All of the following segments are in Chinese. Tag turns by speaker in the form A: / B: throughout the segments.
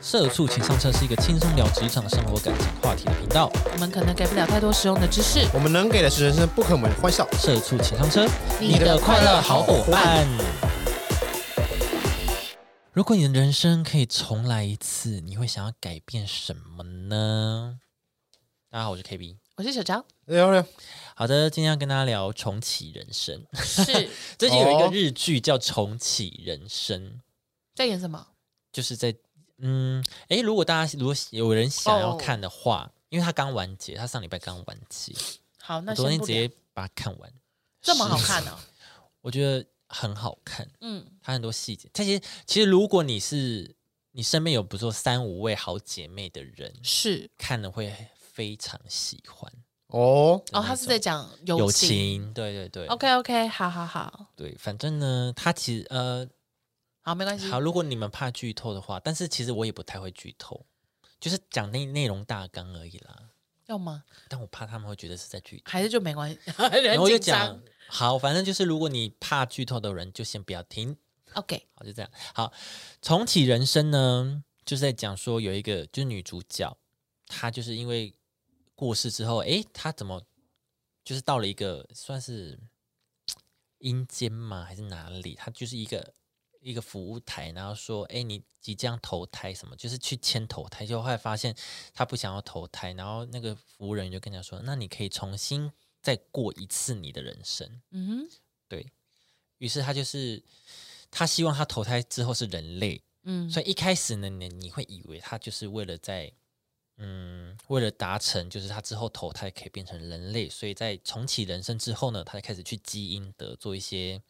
A: 社畜请上车是一个轻松聊职场、生活、感情话题的频道。
B: 我们可能给不了太多实用的知识。
C: 我们能给的是人生不可磨的欢笑。
A: 社畜请上车，
B: 你的快乐好伙伴。
A: 如果你的人生可以重来一次，你会想要改变什么呢？大家好，我是 KB。
B: 我是小张，
C: 聊聊，
A: 好的，今天要跟大家聊重启人生。
B: 是
A: 最近有一个
C: 哦
A: 日剧叫《重启人生》，
B: 在演什么？
A: 就是在嗯，诶，如果大家如果有人想要
B: 哦
A: 看的话，因为它刚完结，它上礼拜刚完结，
B: 好，那
A: 我昨天
B: 先不
A: 直
B: 聊
A: 接把它看完，
B: 这么好
A: 是
B: 看呢、
A: 我觉得很好看，
B: 嗯，
A: 它很多细节。这些其实如果你是你身边有不错三五位好姐妹的人，
B: 是
A: 看了会非常喜欢
C: 哦，
A: 的那
B: 哦，他是
A: 种
B: 在讲友
A: 友情，对对对
B: OK OK，好好好，
A: 对，反正呢，它其实呃，
B: 好没关系。
A: 好，如果你们怕剧透的话，但是其实我也不太会剧透，就是讲内内容大纲而已啦。
B: 要吗？
A: 但我怕他们会觉得是在剧 透，
B: 还是就没关系？然
A: 然后我就讲好，反正就是如果你怕剧透的人，就先不要听。
B: OK，
A: 好，就这样。好，重启人生呢，就是在讲说有一个就是女主角，她就是因为过世之后，诶，她怎么就是到了一个算是阴间吗？还是哪里？她就是一个一个服务台，然后说，诶，你即将投胎什么？就是去签投胎，就后来发现她不想要投胎，然后那个服务人员就跟她说，那你可以重新再过一次你的人生。
B: 嗯哼，
A: 对于是，他就是他希望他投胎之后是人类，
B: 嗯，
A: 所以一开始呢，你你会以为他就是为了在嗯，为了达成就是他之后投胎可以变成人类，所以在重启人生之后呢，他就开始去积阴德，做一些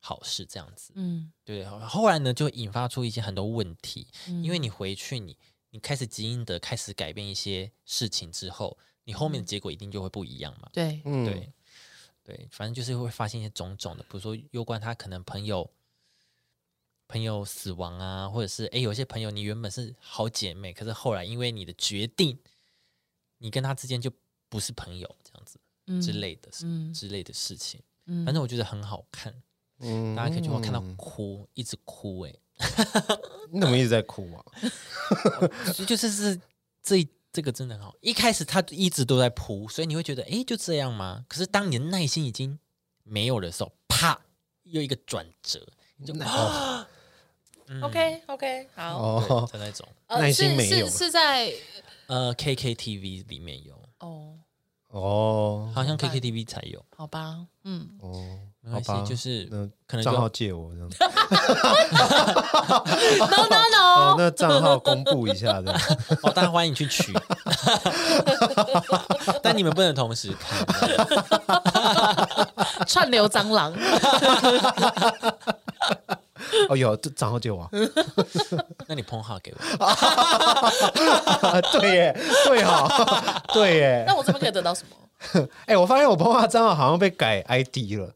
A: 好事这样子。
B: 嗯，
A: 对，后后来呢，就引发出一些很多问题，
B: 嗯
A: 因为你回去你你开始积阴德，开始改变一些事情之后，你后面的结果一定就会不一样嘛。
B: 对，
C: 嗯，
A: 对，对，反正就是会发现一些种种的，比如说有关他可能朋友朋友死亡啊，或者是诶，有些朋友你原本是好姐妹，可是后来因为你的决定，你跟他之间就不是朋友这样子
B: 嗯
A: 之，类的、
B: 嗯
A: 之类的事情。
B: 嗯
A: 反正我觉得很好看，
C: 嗯
A: 大家可以去我看到哭，一直哭诶，
C: 你怎么一直在哭啊？
A: 所以就是是这一这个真的很好。一开始他一直都在扑，所以你会觉得诶，就这样吗？可是当你的耐心已经没有的时候，啪，又一个转折，你就
C: 哦
B: OK OK，好，
C: 哦，
A: 的那种。
B: 呃
C: 耐心
B: 是
C: 没有
B: 是
C: 了
B: 是在
A: 呃，KKTV 里面有，
B: 哦，
C: 哦，
A: 好像
B: 明白
A: KKTV 才有，
B: 好吧， 嗯，
C: 哦，
A: 没关
C: 好吧
A: 系，就是
C: 那
A: 可能就
C: 账号借我这样子。
B: no no
C: 哦
B: no，，
C: 那账号公布一下的。
A: 哦，当然欢迎去取， 但你们不能同时看。
B: 串流蟑螂，
C: 哦，有这账号借我啊。
A: 那你捧号给我，
C: 对耶，对哈， 对耶
B: 那。我这边可以得到什 么？
C: 哎，我发现我朋友的账号好像被改 ID 了，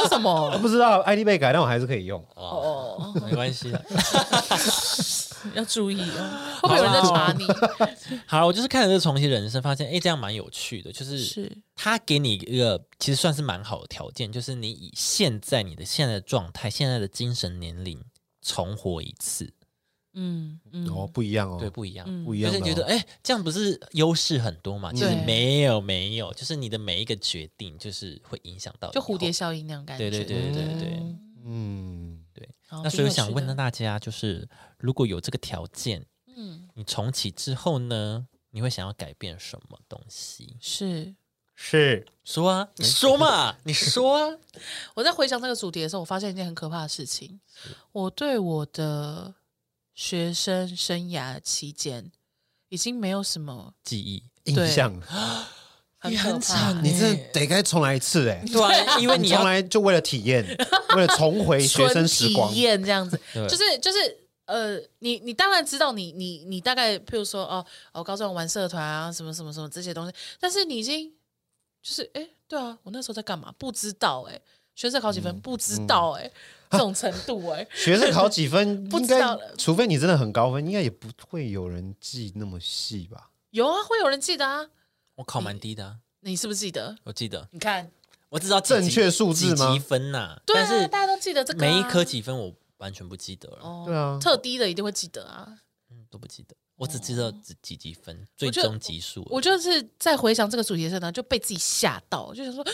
B: 为什么
C: 我？不知道 ID 被改，但我还是可以用。
A: 哦，
B: 哦，
A: 没关系的。
B: 要注意哦， 会不会有人在查你？
A: 好了，我就是看了这重启人生，发现诶，这样蛮有趣的，就是
B: 是，
A: 他给你一个其实算是蛮好的条件，就是你以现在你的现在的状态、现在的精神年龄重活一次，
B: 嗯嗯，
C: 哦，不一样哦，
A: 对，不一样。
B: 嗯
C: 不一
A: 而
C: 样
A: 且
C: 的哦。
A: 觉得，哎、这样不是优势很多嘛？其实
B: 对
A: 没有，没有，就是你的每一个决定，就是会影响到
B: 就
A: 以后
B: 蝴蝶。效应那种感觉。
A: 对对对对对对。
C: 嗯，
B: 好
A: 那所以我
B: 挺有
A: 想
B: 趣
A: 问
B: 的
A: 大家，就是如果有这个条件，
B: 嗯，
A: 你重启之后呢，你会想要改变什么东西？
B: 是
C: 是
A: 说啊，你说嘛，你说啊。
B: 我在回想这个主题的时候，我发现一件很可怕的事情。我对我的学生生涯期间，已经没有什么
A: 记忆，
C: 印
B: 对
C: 象。
B: 很
A: 也
B: 可
A: 很
B: 怕
A: 惨
C: 你这得该重来一次哎。
A: 对啊， 因为
C: 你
A: 你
C: 从
A: 要
C: 来就为了体验，为了重回学生时光
B: 纯体，验这样子，
A: 对
B: 就是就是。呃，你你当然知道你，你你大概，譬如说，哦哦，高中玩社团啊，什么什么什么这些东西，但是你已经就是，哎、对啊，我那时候在干嘛？不知道、诶哎，学测考几
A: 嗯
B: 分？不知道、 诶哎、这种程度、诶哎，
C: 学生考几分，
B: 不
C: 应
B: 知
C: 该
B: 道了
C: 除非你真的很高分，应该也不会有人记那么细吧？
B: 有啊，会有人记得啊，
A: 我考蛮低的、啊，
B: 你是不是记得？
A: 我记得
B: 你看，
A: 我只知道几
C: 正确数字
A: 几
C: 吗
A: 几分呐、
B: 对
A: 但
B: 啊，
A: 是
B: 大家都记得这个、啊
A: 每一科，几分我完全不记得了，
B: 哦，
C: 对啊
B: 特低的一定会记得啊。
A: 嗯，都不记得，我只记得几几积分，最
B: 哦觉得
A: 终级数而已。
B: 我就是在回想这个主题的时候呢，就被自己吓到，就想说，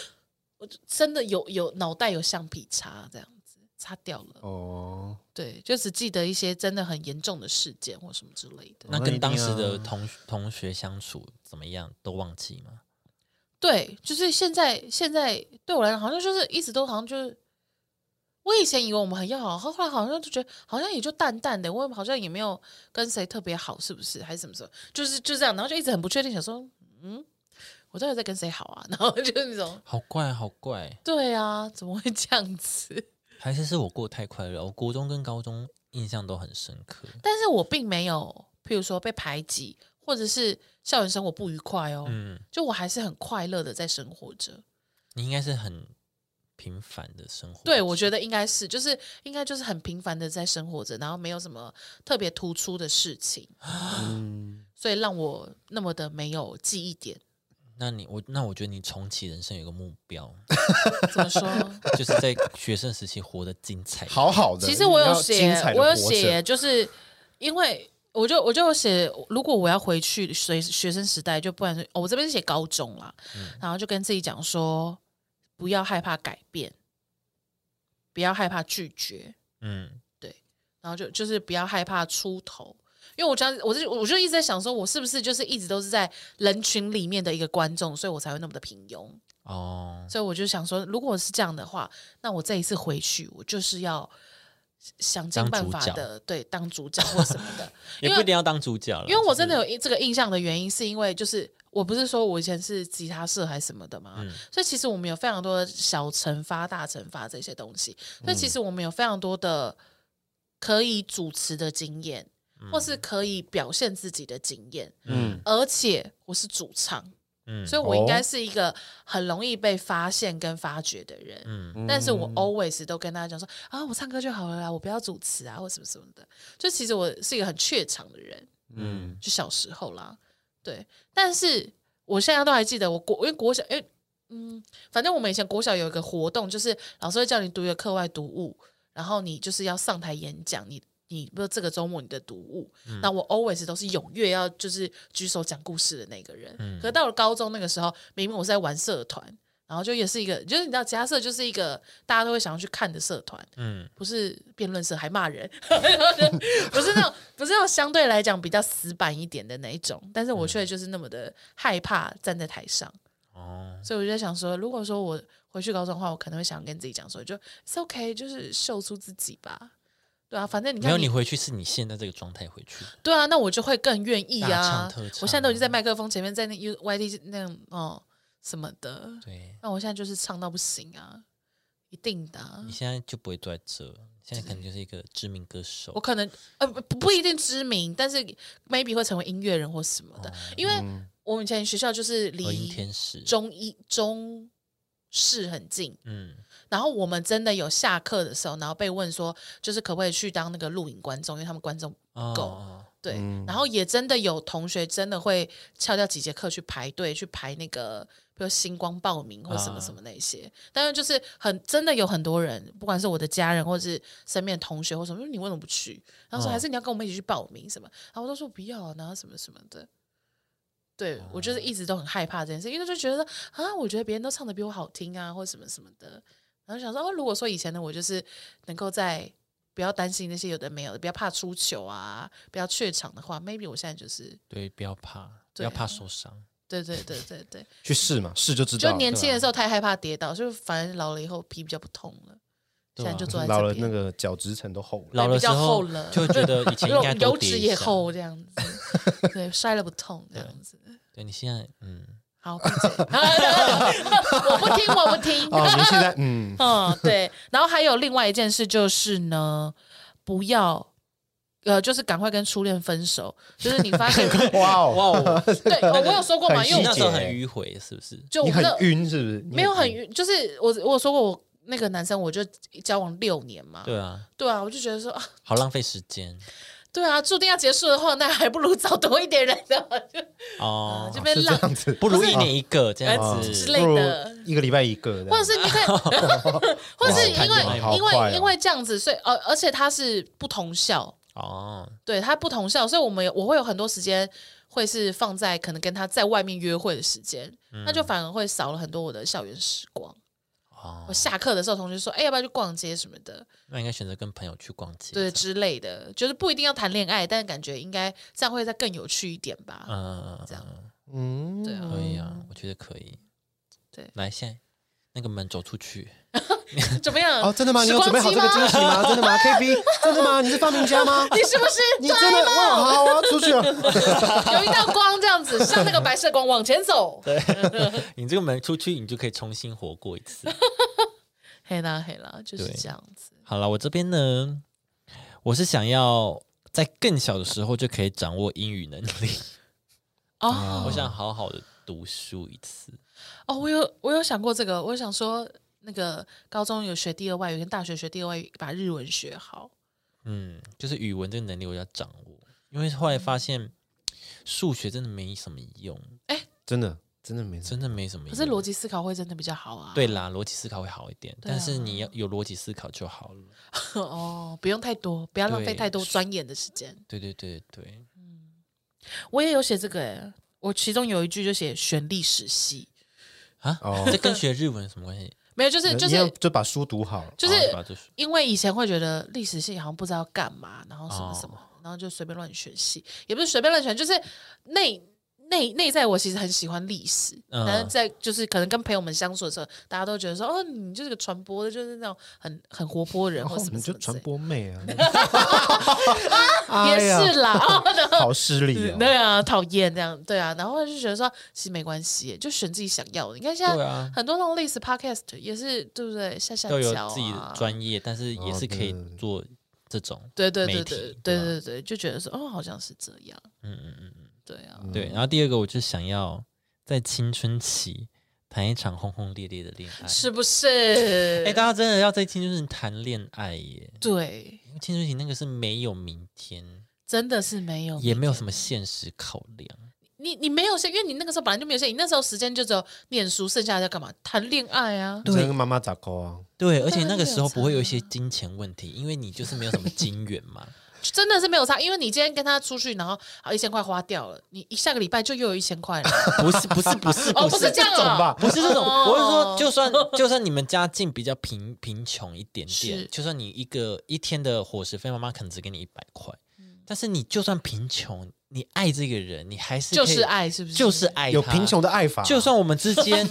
B: 我就真的有有脑袋有橡皮擦这样子擦掉了。
C: 哦，
B: 对，就只记得一些真的很严重的事件或什么之类的。
A: 那
C: 那
A: 跟
C: 一定
A: 当时的
C: 要
A: 同同学相处怎么样，都忘记吗？
B: 对，就是现在现在对我来讲，好像就是一直都好像就是，我以前以为我们很要好，后后来好像就觉得好像也就淡淡的，我好像也没有跟谁特别好，是不是？还是什么时候？就是就这样，然后就一直很不确定，想说，嗯，我到底在跟谁好啊？ 然后就是那种，
A: 好怪，好怪，
B: 对啊，怎么会这样子？
A: 还是是我过得太快乐。我国中跟高中印象都很深刻，
B: 但是我并没有，譬如说被排挤，或者是校园生活不愉快哦，
A: 嗯，
B: 就我还是很快乐的在生活着。
A: 你应该是很平凡的生活。
B: 对，我觉得应该是，就是应该就是很平凡的在生活着，然后没有什么特别突出的事情，
C: 嗯，
B: 所以让我那么的没有记忆点。
A: 那你我那我觉得你重启人生有个目标，
B: 怎 么说？
A: 就是在 学生时期活得精彩。，
C: 好好的。
B: 其实我有
C: 要精
B: 写
C: 彩，地
B: 我有
C: 活着
B: 写，就是因为我就我就有写，如果我要回去学学生时代，就不然是、哦我这边是写高中啦，
C: 嗯
B: 然后就跟自己讲说，不要害怕改变，不要害怕拒绝，
A: 嗯，
B: 然后就就是不要害怕出头，因为我这样，我就我就一直在想说，我是不是就是一直都是在人群里面的一个观众，所以我才会那么的平庸。
A: 哦，
B: 所以我就想说，如果是这样的话，那我这一次回去，我就是要想尽
A: 当
B: 办
A: 主
B: 法
A: 角
B: 的，对，当主角或什么的。
A: 也不一定要当主角了，
B: 因为我
A: 啊就
B: 真的
A: 是
B: 有一这个印象的原因，是因为就是我不是说我以前是吉他社还是什么的嘛，
A: 嗯
B: 所以其实我们有非常多的小惩罚、大惩罚这些东西，所
A: 嗯
B: 以其实我们有非常多的可以主持的经验，
A: 嗯
B: 或是可以表现自己的经验，
C: 嗯，
B: 而且我是主唱，
A: 嗯
B: 所以我应该
C: 哦
B: 是一个很容易被发现跟发掘的人，
A: 嗯
B: 但是我 always 都跟大家讲说啊，我唱歌就好了啦，我不要主持啊，或什么什么的。就其实我是一个很怯场的人，
C: 嗯
B: 就小时候啦，对。但是我现在都还记得，我国因为国小，因为嗯，反正我们以前国小有一个活动，就是老师会叫你读一个课外读物，然后你就是要上台演讲，你。你不是这个周末你的读物，那我 always 都是踊跃要就是举手讲故事的那个人。可是到了高中那个时候，明明我是在玩社团，然后就也是一个，就是你知道，其他社就是一个大家都会想要去看的社团，
A: 嗯，
B: 不是辩论社还骂人， 然后就不是那种不是那种相对来讲比较死板一点的那一种，但是我却就是那么的害怕站在台上，
A: 哦，
B: 所以我就在想说，如果说我回去高中的话，我可能会想跟自己讲说，就 it's OK，就是秀出自己吧，对啊，反正你
A: 没有
B: 看
A: 你回去是你现在这个状态回去，
B: 对啊，那我就会更愿意
A: 大唱
B: 啊
A: 特唱，
B: 我现在都已经在麦克风前面，在那 U Y D 那样哦什么的，
A: 对
B: 那我现在就是唱到不行啊，一定的啊、
A: 你现在就不会坐在这，现在可能就是一个知名歌手
B: 我。可能呃不不一定知名，但是 maybe 会成为音乐人或什么的，因为我们以前学校就是
A: 和哦嗯音
B: 离
A: 天使，
B: 中医中市很近，
A: 嗯，
B: 然后我们真的有下课的时候，然后被问说就是可不可以去当那个录影观众，因为他们观众
A: 哦
B: 够
A: 哦
B: 对，然后也真的有同学真的会翘掉几节课去排队去排那个，比如星光报名或什么
A: 啊
B: 什么那些。但是就是很真的有很多人，不管是我的家人或是身边的同学或什么，说你为什么不去？然后说
A: 哦
C: 嗯
B: 还是你要跟我们一起去报名什么？然后我都说不要啊，然后什么什么的。对，我
C: 哦
B: 就是一直都很害怕这件事，因为就觉得啊，我觉得别人都唱的比我好听啊，或什么什么的。然后想说，哦，如果说以前的我就是能够在不要担心那些有的没有的，不要怕出糗啊，不要怯场的话，maybe 我现在就是
A: 对，不要怕，不
B: 对
A: 要
B: 啊
A: 怕受伤。
B: 对对对对对，
C: 去试嘛，试就知道。
B: 就年轻
C: 对吧啊
B: 的时候太害怕跌倒，就反正老了以后皮比较不痛了，
A: 对
B: 现在
A: 啊
B: 就坐在
C: 老
B: 这
C: 了那
B: 边，
C: 个角质层都厚 了。
A: 老了
B: 比
A: 之
B: 较厚
A: 后
B: 了
A: 就会觉得以 前应该
B: 油
A: 多
B: 油
A: 叠
B: 脂
A: 一
B: 也
A: 下
B: 厚这样子，对，摔了不痛这样子。
A: 对你现在，嗯，
B: 好，闭嘴 我不听，我不听。
C: 哦，您现在嗯，
B: 嗯，对。然后还有另外一件事就是呢，不要。呃，就是赶快跟初恋分手，就是你发 现，对，
C: 哇
A: 哇
C: 哦，
A: 哦，
B: 哦我有说过嘛，
C: 很
B: 因
A: 你
B: 为
A: 那
B: 我
A: 时候
C: 细
A: 很
C: 节
A: 迂回，是不是？
B: 就我
C: 你
B: 不
C: 很
B: 知道
C: 晕是不是？你
B: 没有很晕，就是我我有说过我那个男生，我就交往六年嘛，
A: 对啊，
B: 对啊，我就觉得说啊，
A: 好浪费时间。
B: 对啊，注定要结束的话，那还不如找多一点人的，就
A: 哦
B: 啊，就被
C: 是这
B: 浪
C: 样子，
A: 不如一年一个这样
B: 呃
A: 子
B: 之
C: 不
B: 类
C: 如
B: 的
C: 一个礼拜一个这样，
B: 或者是你可以， 或者是因
A: 哇好
B: 为
C: 快
B: 因为
C: 哦
B: 因为这样子，所以而、呃、而且他是不同校，
A: 哦，
B: 对他不同校，所以我们有我会有很多时间会是放在可能跟他在外面约会的时间，
A: 嗯
B: 那就反而会少了很多我的校园时光。
A: 哦
B: 我，下课的时候，同学说：“哎、要不要去逛街什么的？”
A: 那应该选择跟朋友去逛街。
B: 对，之类的，就是不一定要谈恋爱，但感觉应该这样会再更有趣一点吧。
A: 嗯，
B: 这样
C: 嗯，
B: 对啊
A: 可以啊，我觉得可以。
B: 对
A: 来，现在那个门走出去，
B: 怎么样？
C: 哦，真的吗？
B: 嗯
C: 你
B: 时
C: 有
B: 光
C: 准备好
B: 机
C: 这个
B: 吗
C: 惊喜 吗？真的吗？K B，真的吗？你是发明家吗？
B: 你是不是
C: 你真的哇，好，我要出去了。
B: 有一道光这样子，像那个白色光往前走？对，
A: 你这个门出去，你就可以重新活过一次。
B: 黑啦黑啦，就是
A: 对
B: 这样子。
A: 好了，我这边呢，我是想要在更小的时候就可以掌握英语能力，
B: 哦
A: 我想好好的读书一次。
B: 哦，我有我有想过这个，我想说那个高中有学第二外语，跟大学学第二外语，把日文学好。
A: 嗯，就是语文这个能力我要掌握，因为后来发现数学真的没什么用，
C: 真的，真的没事。
A: 真的没什么用。
B: 可是逻辑思考会真的比较好啊。
A: 嗯对，啦，逻辑思考会好一点，
B: 对啊
A: 但是你要有逻辑思考就好了。
B: 哦，不用太多，不要浪费
A: 对
B: 太多钻研的时间。
A: 对对对对，
B: 我也有写这个诶、我其中有一句就写选历史系，
A: 啊，
C: 哦
A: 这跟学日文有什么关系？
B: 没有，就是哦就
C: 你要
B: 是
C: 就把书读好了。
B: 就是
A: 呃啊把这书
B: 因为以前会觉得历史系好像不知道干嘛，然后什
A: 哦
B: 么什么，然后就随便乱选系，也不是随便乱选，就是内内内在我其实很喜欢历史，
A: 嗯
B: 但是在就是可能跟朋友们相处的时候，大家都觉得说哦，你就是个传播的，就是那种很很活泼人
C: 然
B: 或
C: 后
B: 什
C: 哦
B: 么
C: 你们
B: 什
C: 就
B: 么之
C: 传
B: 类的，
C: 播妹啊，
B: 也
C: 哎呀
B: 是啦，哦然后
C: 好失礼哦。
B: 对啊，讨厌这样，对啊，然后就觉得说其实没关系，就选自己想要的。你看现
A: 对
B: 在
A: 啊
B: 很多那种历史 podcast 也是对不对？下下
A: 要有
B: 脚
A: 自己
B: 啊
A: 的专业，但是也
C: 哦
A: 是可以
C: 对对对
A: 做这种。
B: 对对
A: 媒
B: 对
A: 体
B: 对
A: 对
B: 对
A: 吧
B: 对对，就觉得说哦，好像是这样，
A: 嗯嗯嗯嗯，
B: 对啊，
A: 对。然后第二个，我就想要在青春期谈一场轰轰烈烈的恋爱。
B: 是不
A: 哎，
B: 是？
A: 大家真的要在青春期谈恋爱耶！
B: 对，
A: 因为青春期那个是没有明天，
B: 真的是没有，
A: 也没有什么现实考量。
B: 你你没有现，因为你那个时候本来就没有现，你那时候时间就只有念书，剩下的要干嘛？谈恋爱啊，
C: 你真跟妈妈咋勾啊？
A: 对，而且
B: 当然
A: 那个
B: 没有
A: 时候不会有一些
B: 差啊
A: 金钱问题，因为你就是没有什么金源嘛。
B: 真的是没有差，因为你今天跟他出去，然后好一千块花掉了，你一下个礼拜就又有一 千块了，
A: 不是不是不是
B: 哦，
A: 不
B: 不
A: 是
B: 是这样啊
C: 种吧
A: 不是这种，
B: 哦
A: 我是说，就算就算你们家境比较贫贫穷一点
B: 是
A: 点，就算你一个一天的伙食费，妈妈可能只给你一百块，
B: 嗯
A: 但是你就算贫穷，你爱这个人，你还是可
B: 就
A: 以
B: 是，爱，是不是？
A: 就是爱他
C: 有贫穷。的爱法，啊
A: 就算我们之 间，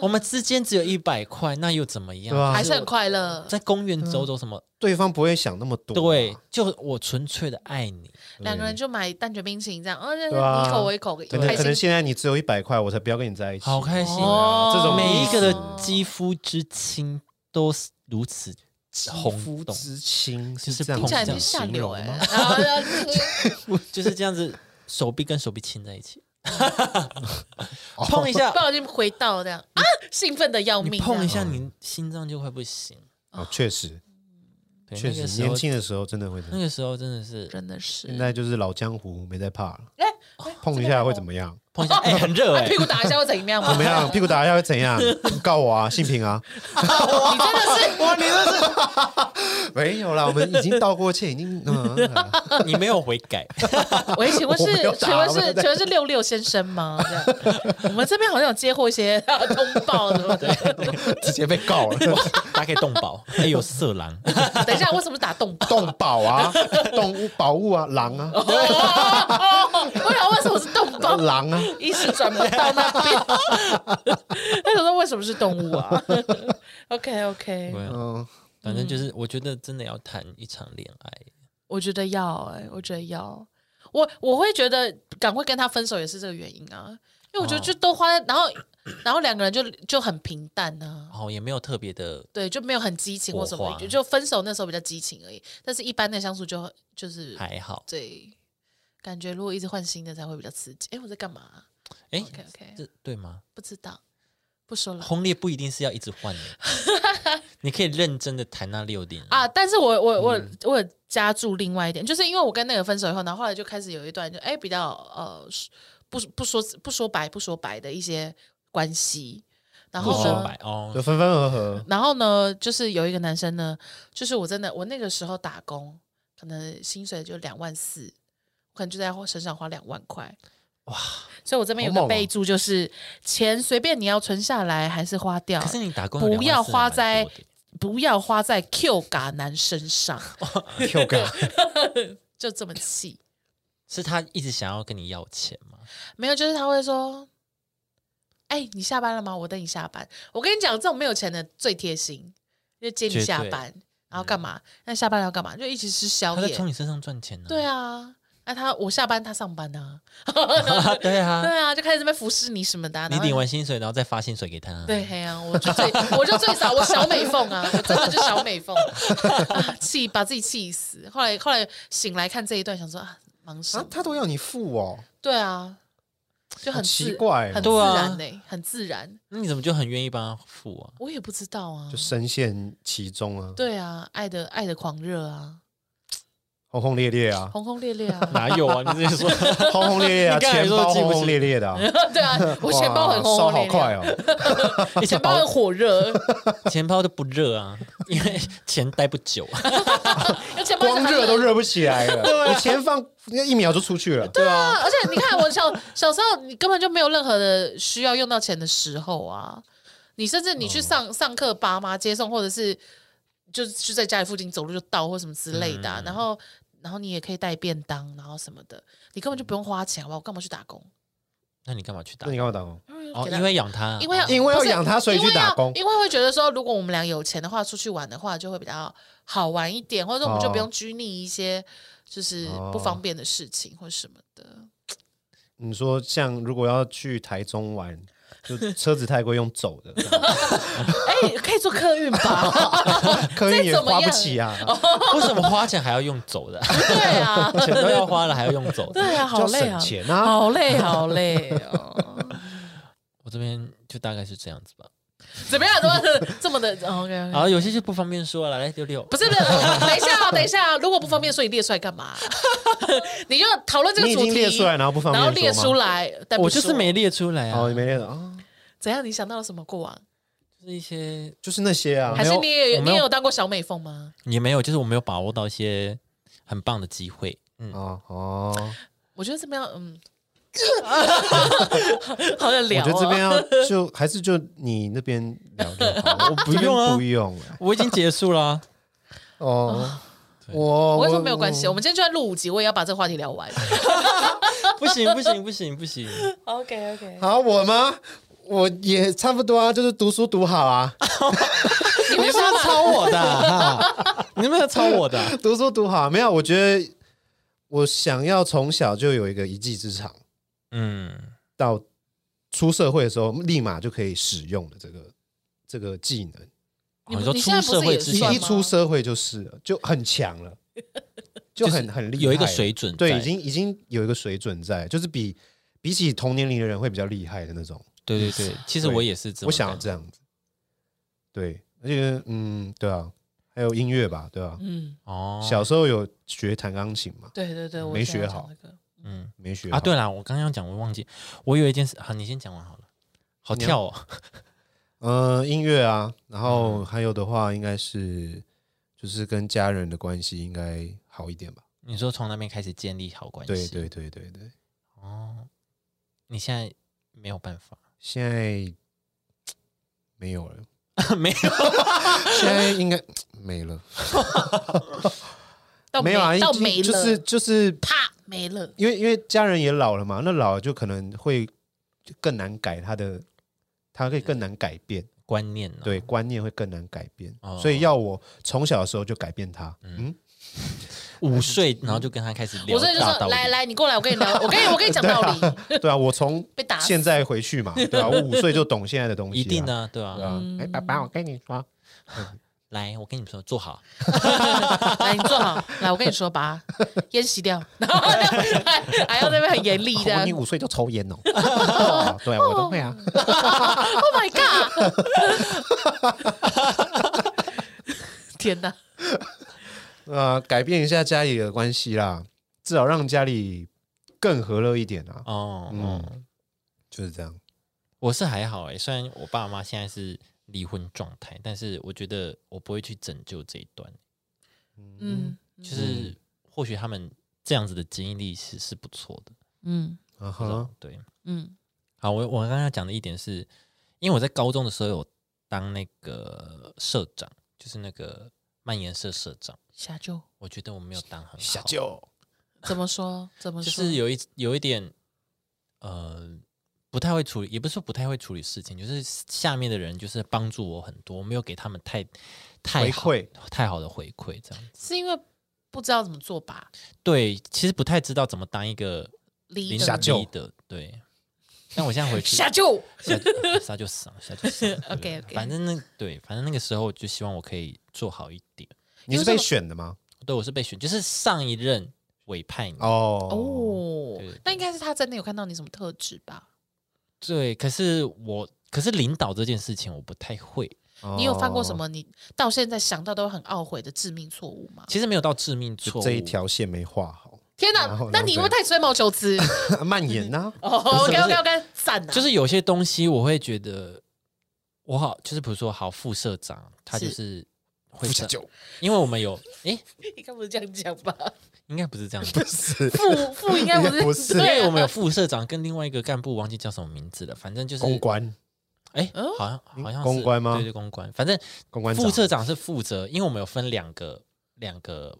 A: 我们之间只有一百块，那又怎么样？
C: 对啊
B: 还是很快乐。
A: 在公园走走什么？
C: 对方不会想那么多。啊
A: 对，，就我纯粹的爱你。
B: 两个人就买蛋卷冰淇淋这样，哦，你
C: 对啊
B: 一口我一口，
C: 可能
B: 开
C: 可能
B: 心。
C: 现在你只有一百块，我才不要跟你在一起。
A: 好开心
C: 啊这种
A: 每一个
B: 哦
A: 的肌肤之亲都是如此
C: 肤
A: 轰动，
C: 之亲
A: 就是
C: 这样
B: 听
A: 碰
B: 起来
A: 这样
B: 很下
C: 形
B: 流
C: 容
B: 哎、
C: 吗？
B: 然后
A: 就
B: 就
A: 是这样子，手臂跟手臂亲在一 起，碰一下
C: 哦
B: 不，小心回到这样啊，兴奋的要
A: 你
B: 命，
A: 碰一
B: 这
A: 下，
B: 样
A: 你心脏就会不行。
C: 哦，确实
A: 欸对，
C: 确
A: 那
C: 实
A: 个，时候嗯
C: 年轻的时候真的会这
A: 那
C: 样。
A: 个时候真的是
B: 真的是
C: 现在就是老江湖，没在怕了，
B: 哎、
C: 碰一下会怎么样？
A: 碰一下，哎，很热
B: 哎
A: 哎
B: 屁，股打一下会怎样吗？
C: 怎么样？屁股打一下会怎样？你告我啊，性平啊？
B: 你真的是
C: 哇，你这是没有啦，我们已经道过歉，已 经嗯，
A: 你没有悔 改，
B: 喂，请问
C: 我没有
B: 是
C: 打
B: 请问
C: 我没有
B: 是
C: 在
B: 请问是六六先生吗？这样，我们这边好像有接获一些 通报什么的。
C: 直接被告了，
A: 打给动保，哎有色狼，
B: 等一下，为什么打动 报？
C: 动保啊，动物保物啊，狼啊，
B: 哦，我想为什么是动报？
C: 狼啊，
B: 意识转不到那边。 他想说为什么是动物啊 ？OK OK，
A: 对啊
C: 嗯，
A: 反正就是我觉得真的要谈一场恋爱，
B: 我觉得要哎、我觉得要，我我会觉得赶快跟他分手也是这个原因啊，因为我觉得
A: 哦
B: 就都花在，然后然后两个人就就很平淡啊
A: 然。后也没有特别的，
B: 对，就没有很激情或什
A: 火
B: 么
A: 花，
B: 就就分手那时候比较激情而已。但是一般的相处就很就是
A: 还好，
B: 对，感觉如果一直换新的才会比较刺激。哎，我在干嘛
A: 哎，
B: ？OK OK，
A: 这对吗？
B: 不知道，不说了
A: 轰烈不一定是要一直换的， 你可以认真的弹那六点。
B: 啊。但是我我我、
A: 嗯
B: 我有加注另外一点，就是因为我跟那个分手以后，然后后来就开始有一段就哎比较呃不不说不说白不说白的一些关系，然
A: 不
B: 后
A: 说
B: 呢
A: 白哦
C: 就，分分 合合，
B: 然后呢，就是有一个男生呢，就是我真的，我那个时候打工，可能薪水就两万四，我可能就在花身上花两万块。哇！所以我这边有
C: 好
B: 个
C: 猛哦
B: 备注，就是、钱随便你要存下来还是花掉
A: 可，是你打工
B: 不要花
A: 花
B: 在不要花在 Q 嘎男身上，
C: 跳感
B: 就这么气。
A: 是他一直想要跟你要钱吗？
B: 没有，就是他会说：“哎、你下班了吗？我等你下班。”我跟你讲，这种没有钱的最贴心，就接你
A: 绝
B: 下
A: 对嗯
B: 班，然后干嘛？那下班了要干嘛？就一起吃宵
A: 他在
B: 夜。
A: 从你身上赚钱呢、
B: 对啊，那、他我下班他上班呢、
A: 啊， 对啊，
B: 对啊，就开始在那边服侍你什么的啊、然
A: 你
B: 后
A: 领完薪水然后再发薪水给他，
B: 对，黑啊，我就最我就最少我小美凤啊，我真的就小美凤、啊，气把自己气死。后来后来醒来看这一段，想说啊，忙什么
C: 啊，？他都要你付哦，
B: 对啊，就很
C: 好
B: 自
C: 奇怪哦
B: 很自
A: 对啊
B: 然呢、很自然。
A: 那你怎么就很愿意帮他付啊？
B: 我也不知道啊
C: 就，深陷其中啊，
B: 对啊，爱的爱的狂热啊，
C: 轰轰烈烈啊，
B: 轰轰烈烈啊，
A: 哪有啊？ 你自己说，
C: 轰轰烈烈啊，
A: 你刚才
C: 钱
A: 说
C: 包
A: 记不
C: 轰
A: 清
C: 轰烈烈的啊，
B: 对 啊，我钱包很
C: 哇
B: 轰
C: 烧
B: 轰
C: 好
B: 烈
C: 快
B: 烈，
C: 哦，
B: 钱包很火热，
A: 钱包都不热啊，因为钱待不久啊。
B: 有钱包一直
C: 光
B: 很
C: 热都
B: 冷
C: 热不起 来了，你钱放一秒就出去了，对啊，
B: 啊啊而且你看，我小小时候，你根本就没有任何的需要用到钱的时候啊。你甚至你
C: 嗯
B: 去上、上课，爸妈接送，或者是就是就在家里附近走路就到，或什么之类的
C: 嗯
B: 啊、然后，然后你也可以带便当，然后什么的，你根本就不用花钱，好不好？我干嘛去打工？
A: 那你干嘛去打
C: 那？你干嘛打工？
A: 哦，
B: 给他
A: 因为养他，
B: 因为要
C: 因为要
B: 不是
C: 养他所以去
B: 因为要
C: 打工
B: 因为会觉得说，如果我们俩有钱的话，出去玩的话就会比较好玩一点，或者说我
C: 哦
B: 们就不用拘泥一些就是不方便的事情或什么的。
C: 你说像如果要去台中玩，就车子太贵，用走 的，
B: 哎、可以做客运吧？
C: 客运也
B: 这怎么
C: 花
B: 样
C: 不起啊，
A: 为什么花钱还要用走的？
B: 对啊，
A: 钱都要花了还要用走的？
B: 对啊，
C: 就
B: 好
C: 要
B: 累
C: 省
B: 啊，
C: 钱啊，
B: 好累，好累哦。
A: 我这边就大概是这样子吧。
B: 怎么样？怎么样 这么的？OK，
A: 好，有些就不方便说了，来六六，
B: 不是不是，等一下啊，等一下啊，如果不方便说，你列出来干嘛？ 你就讨论这个
C: 你已
B: 主
C: 经
B: 题，
C: 列出来，然后不方
B: 然后列
C: 便
B: 出
C: 说吗？
B: 来，啊但不
A: 我就是
B: 说
A: 没列出来啊
C: 哦，，你没列出啊，
B: 怎样。你想到了什么过往？
A: 就是一些
C: 就是那些啊
A: 我
B: 还
A: 没，
B: 是
A: 有
B: 你也
A: 我
B: 有
A: 没
B: 你
A: 有
B: 也有当过小美凤吗？
A: 也没有，就是我没有把握到一些很棒的机会。嗯，
C: 哦哦，
B: 我觉得这边要嗯， 好想
C: 我
B: 聊
C: 觉得这边
B: 哦。
C: 要就还是就你那边聊就 好，我不
A: 用啊
C: 不用啊
A: 我已经结束了 啊，
C: 哦。
A: 对
C: 我
B: 我跟你说没有关系，我们今天就算录五集，我也要把这个话题聊完。
A: 不行不行不行不行，
B: OK OK，
C: 好，我吗？我也差不多啊，就是读书读好啊，
A: 你们不要抄我的 啊，哈你们不要抄我的啊，
C: 读书读好啊。没有，我觉得我想要从小就有一个一技之长，
A: 嗯，
C: 到出社会的时候立马就可以使用的这个这个技能。
B: 你
A: 哦说
B: 不你
A: 出
B: 现在不是
A: 社会
B: 也
A: 之
B: 是
C: 你
B: 算
A: 前
C: 一
B: 吗
C: 出社会就是了就很 强了，就很很厉害，
A: 有一个水准在，
C: 对，已经已经有一个水准在，就是比比起同年龄的人会比较厉害的那种。
A: 对对对，其实
C: 对
A: 我也是这么
C: 我想要
A: 感觉
C: 这样子，对，而且嗯，对啊，还有音乐吧，对啊，
B: 嗯，
A: 哦，
C: 小时候有学弹钢琴嘛，
B: 对对对，我
C: 没
B: 想要
C: 学
B: 讲
C: 好
B: 这个。
A: 嗯
C: 没学
A: 啊，
C: 好
A: 对了，我刚刚讲我忘记，我有一件事，好，你先讲完好了，好
C: 你要
A: 跳哦，
C: 嗯，音乐啊，然
A: 嗯
C: 后还有的话应该是就是跟家人的关系应该好一点吧。
A: 你说从那边开始建立好关系，
C: 对对对对对，
A: 哦，你现在没有办法，
C: 现在 没有了，
A: 没有
C: 现在应该没了，
B: 到
C: 没有啊，
B: 到
C: 已经
B: 没了，
C: 就是就是
B: 啪没了。
C: 因为因为家人也老了嘛，那老了就可能会就更难改他的，他会更难改变，
A: 观念呢、
C: 对观念会更难改变，
A: 嗯哦
C: 所以要我从小的时候就改变他，嗯，
A: 五岁然后就跟他开始聊
B: 我这就
A: 大
B: 说
A: 道理，
B: 来来，你过来，我跟你 聊，我跟你我跟你讲道理。
C: 对啊，我从
B: 被打死
C: 现在回去嘛，对啊，我五岁就懂现在的东西，
B: 嗯
A: 一定，的、对吧、
C: 对啊，哎，爸爸，我跟你说，
A: 来，我跟你们说，坐好，
B: 来，你坐好，来，我跟你说，把 烟吸掉，然后还还要那边很严厉的
C: 哦你五岁就抽烟 哦？哦对啊，我都会啊。
B: ，Oh my god！天哪，
C: 呃，改变一下家里的关系啦，至少让家里更和乐一点啊。
A: 哦，
C: 嗯
A: 嗯，
C: 就是这样。
A: 我是还好哎、虽然我爸妈现在是离婚状态，但是我觉得我不会去拯救这一段，
B: 嗯，
A: 就是或许他们这样子的经历是是不错的，
B: 嗯
C: 啊
A: 不知道
C: 哈，
A: 对，
B: 嗯
A: 好，我我刚刚讲的一点是，因为我在高中的时候有当那个社长，就是那个蔓延社社长，
B: 下救
A: 我觉得我没有当很好，
C: 下
B: 哦
C: 酒
B: 怎么说？怎么
A: 就
B: 说？
A: 是有一有一点，呃，不太会处理，也不是说不太会处理事情，就是下面的人就是帮助我很多，我没有给他们太太
C: 回
A: 好
C: 馈
A: 太好的回馈，这样子。
B: 是因为不知道怎么做吧？
A: 对，其实不太知道怎么当一个
B: 离
A: 领
C: 下
A: 导
C: 救
A: 力的，对。但我现在回去，
B: 下救，
A: 下就下就死啊，下就死 啊。对
B: OK，OK
A: 反正那对，反正那个时候就希望我可以做好一点。
C: 你是被选的吗？
A: 对，我是被选，就是上一任委派你。
C: 哦
B: 哦
A: 对对对，
B: 那应该是他真的有看到你什么特质吧？
A: 对，可是我，可是领导这件事情我不太会，
C: 哦
B: 你有犯过什？么你到现在想到都很懊悔的致命错误 吗？
A: 其实没有到致命错
C: 就
A: 误。
C: 这一条线没画好，
B: 天
C: 然
B: 哪
C: 后，
B: 那
C: 然后
B: 你会不
C: 怎样
B: 会太吹毛求疵？
C: 蔓延啊呢？
B: 哦
A: 不是
B: ，OK OK OK，赞啊！
A: 就是有些东西我会觉得我好，就是比如说好副社长，他就是会
C: 下
A: 这样，
C: 酒
A: 因为我们有诶，
B: 应该不是这样讲 吧？
A: 应该不是这样子。
C: 不是
B: 副副应该不是，
C: 不是
A: 因
B: 对啊
A: 为我们有副社长跟另外一个干部，忘记叫什么名字了，反正就是
C: 公关，
A: 哎、
B: 哦
A: 好像好像是
C: 公关吗
A: 对对，公关。反正
C: 公关长
A: 副社长是负责，因为我们有分两个两个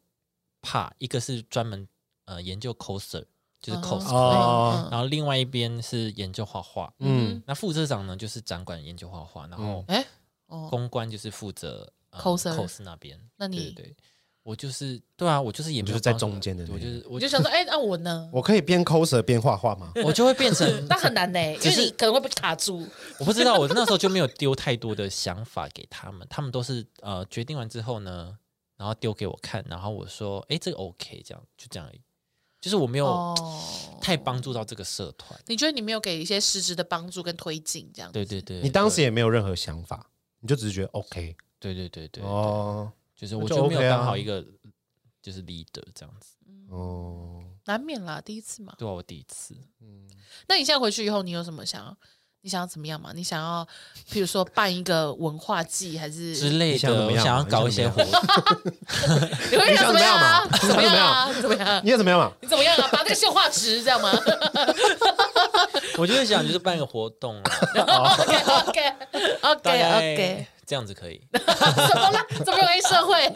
A: part，一个是专门呃研究 coser，就是
B: 嗯
A: cos，、
C: 哦
A: 然后另外一边是研究画画。
C: 嗯，
A: 那副社长呢，就是掌管研究画画，然后
B: 哎哦，
A: 公关就是负责、呃、
B: coser
A: cos 那边。
B: 那
A: 对对
B: 你
A: 对，我就是对啊，我就是也没有
C: 就是在
A: 帮
C: 中间的
A: 对我
C: 那
A: 就是
B: 我
A: 我
B: 就想说，哎，那我呢？
C: 我可以边抠舌边画画吗？
A: 我就会变成
B: 那很难呢，因
A: 只
B: 为
A: 是
B: 你可能会被卡住。
A: 我不知道，我那时候就没有丢太多的想法给他们，他们都是呃决定完之后呢，然后丢给我看，然后我说，诶，这个 OK，这样就这样而已，就是我没有
B: 哦，
A: 太帮助到这个社团。
B: 你觉得你没有给一些实质的帮助跟推进，这样
A: 对对对，
C: 你当时也没有任何想法，你就只是觉得 OK
A: 对对对对，哦，
C: 哦
A: 就是
C: 那
A: 我
C: 就
A: 就没有
C: OK 啊
A: 当好一个就是 leader 这样子，
C: 哦，
B: 难免啦，第一次嘛。
A: 对啊，我第一次，
B: 那你现在回去以后，你有什么想要？你想要怎么样嘛？你想要，譬如说办一个文化季，还是
A: 之类
C: 你想怎
A: 的，
C: 么
A: 我
C: 样
A: 想要
C: 嘛
A: 搞一
C: 你
A: 些
C: 想
A: 活
C: 怎
A: 动，
B: 你会想怎么样啊？
C: 你想
B: 怎
C: 怎
B: 么
C: 么
B: 样
C: 样
B: 啊
C: 嘛？
B: 怎么样？
C: 你也怎么样嘛？
B: 你怎么样啊？把那个秀画值这 样吗
A: 我就是想就是办一个活 动啊，
B: ？OK OK
A: 大
B: OK
A: 概
B: OK，
A: 这样子可以，
B: 怎么了？怎么有黑社 会？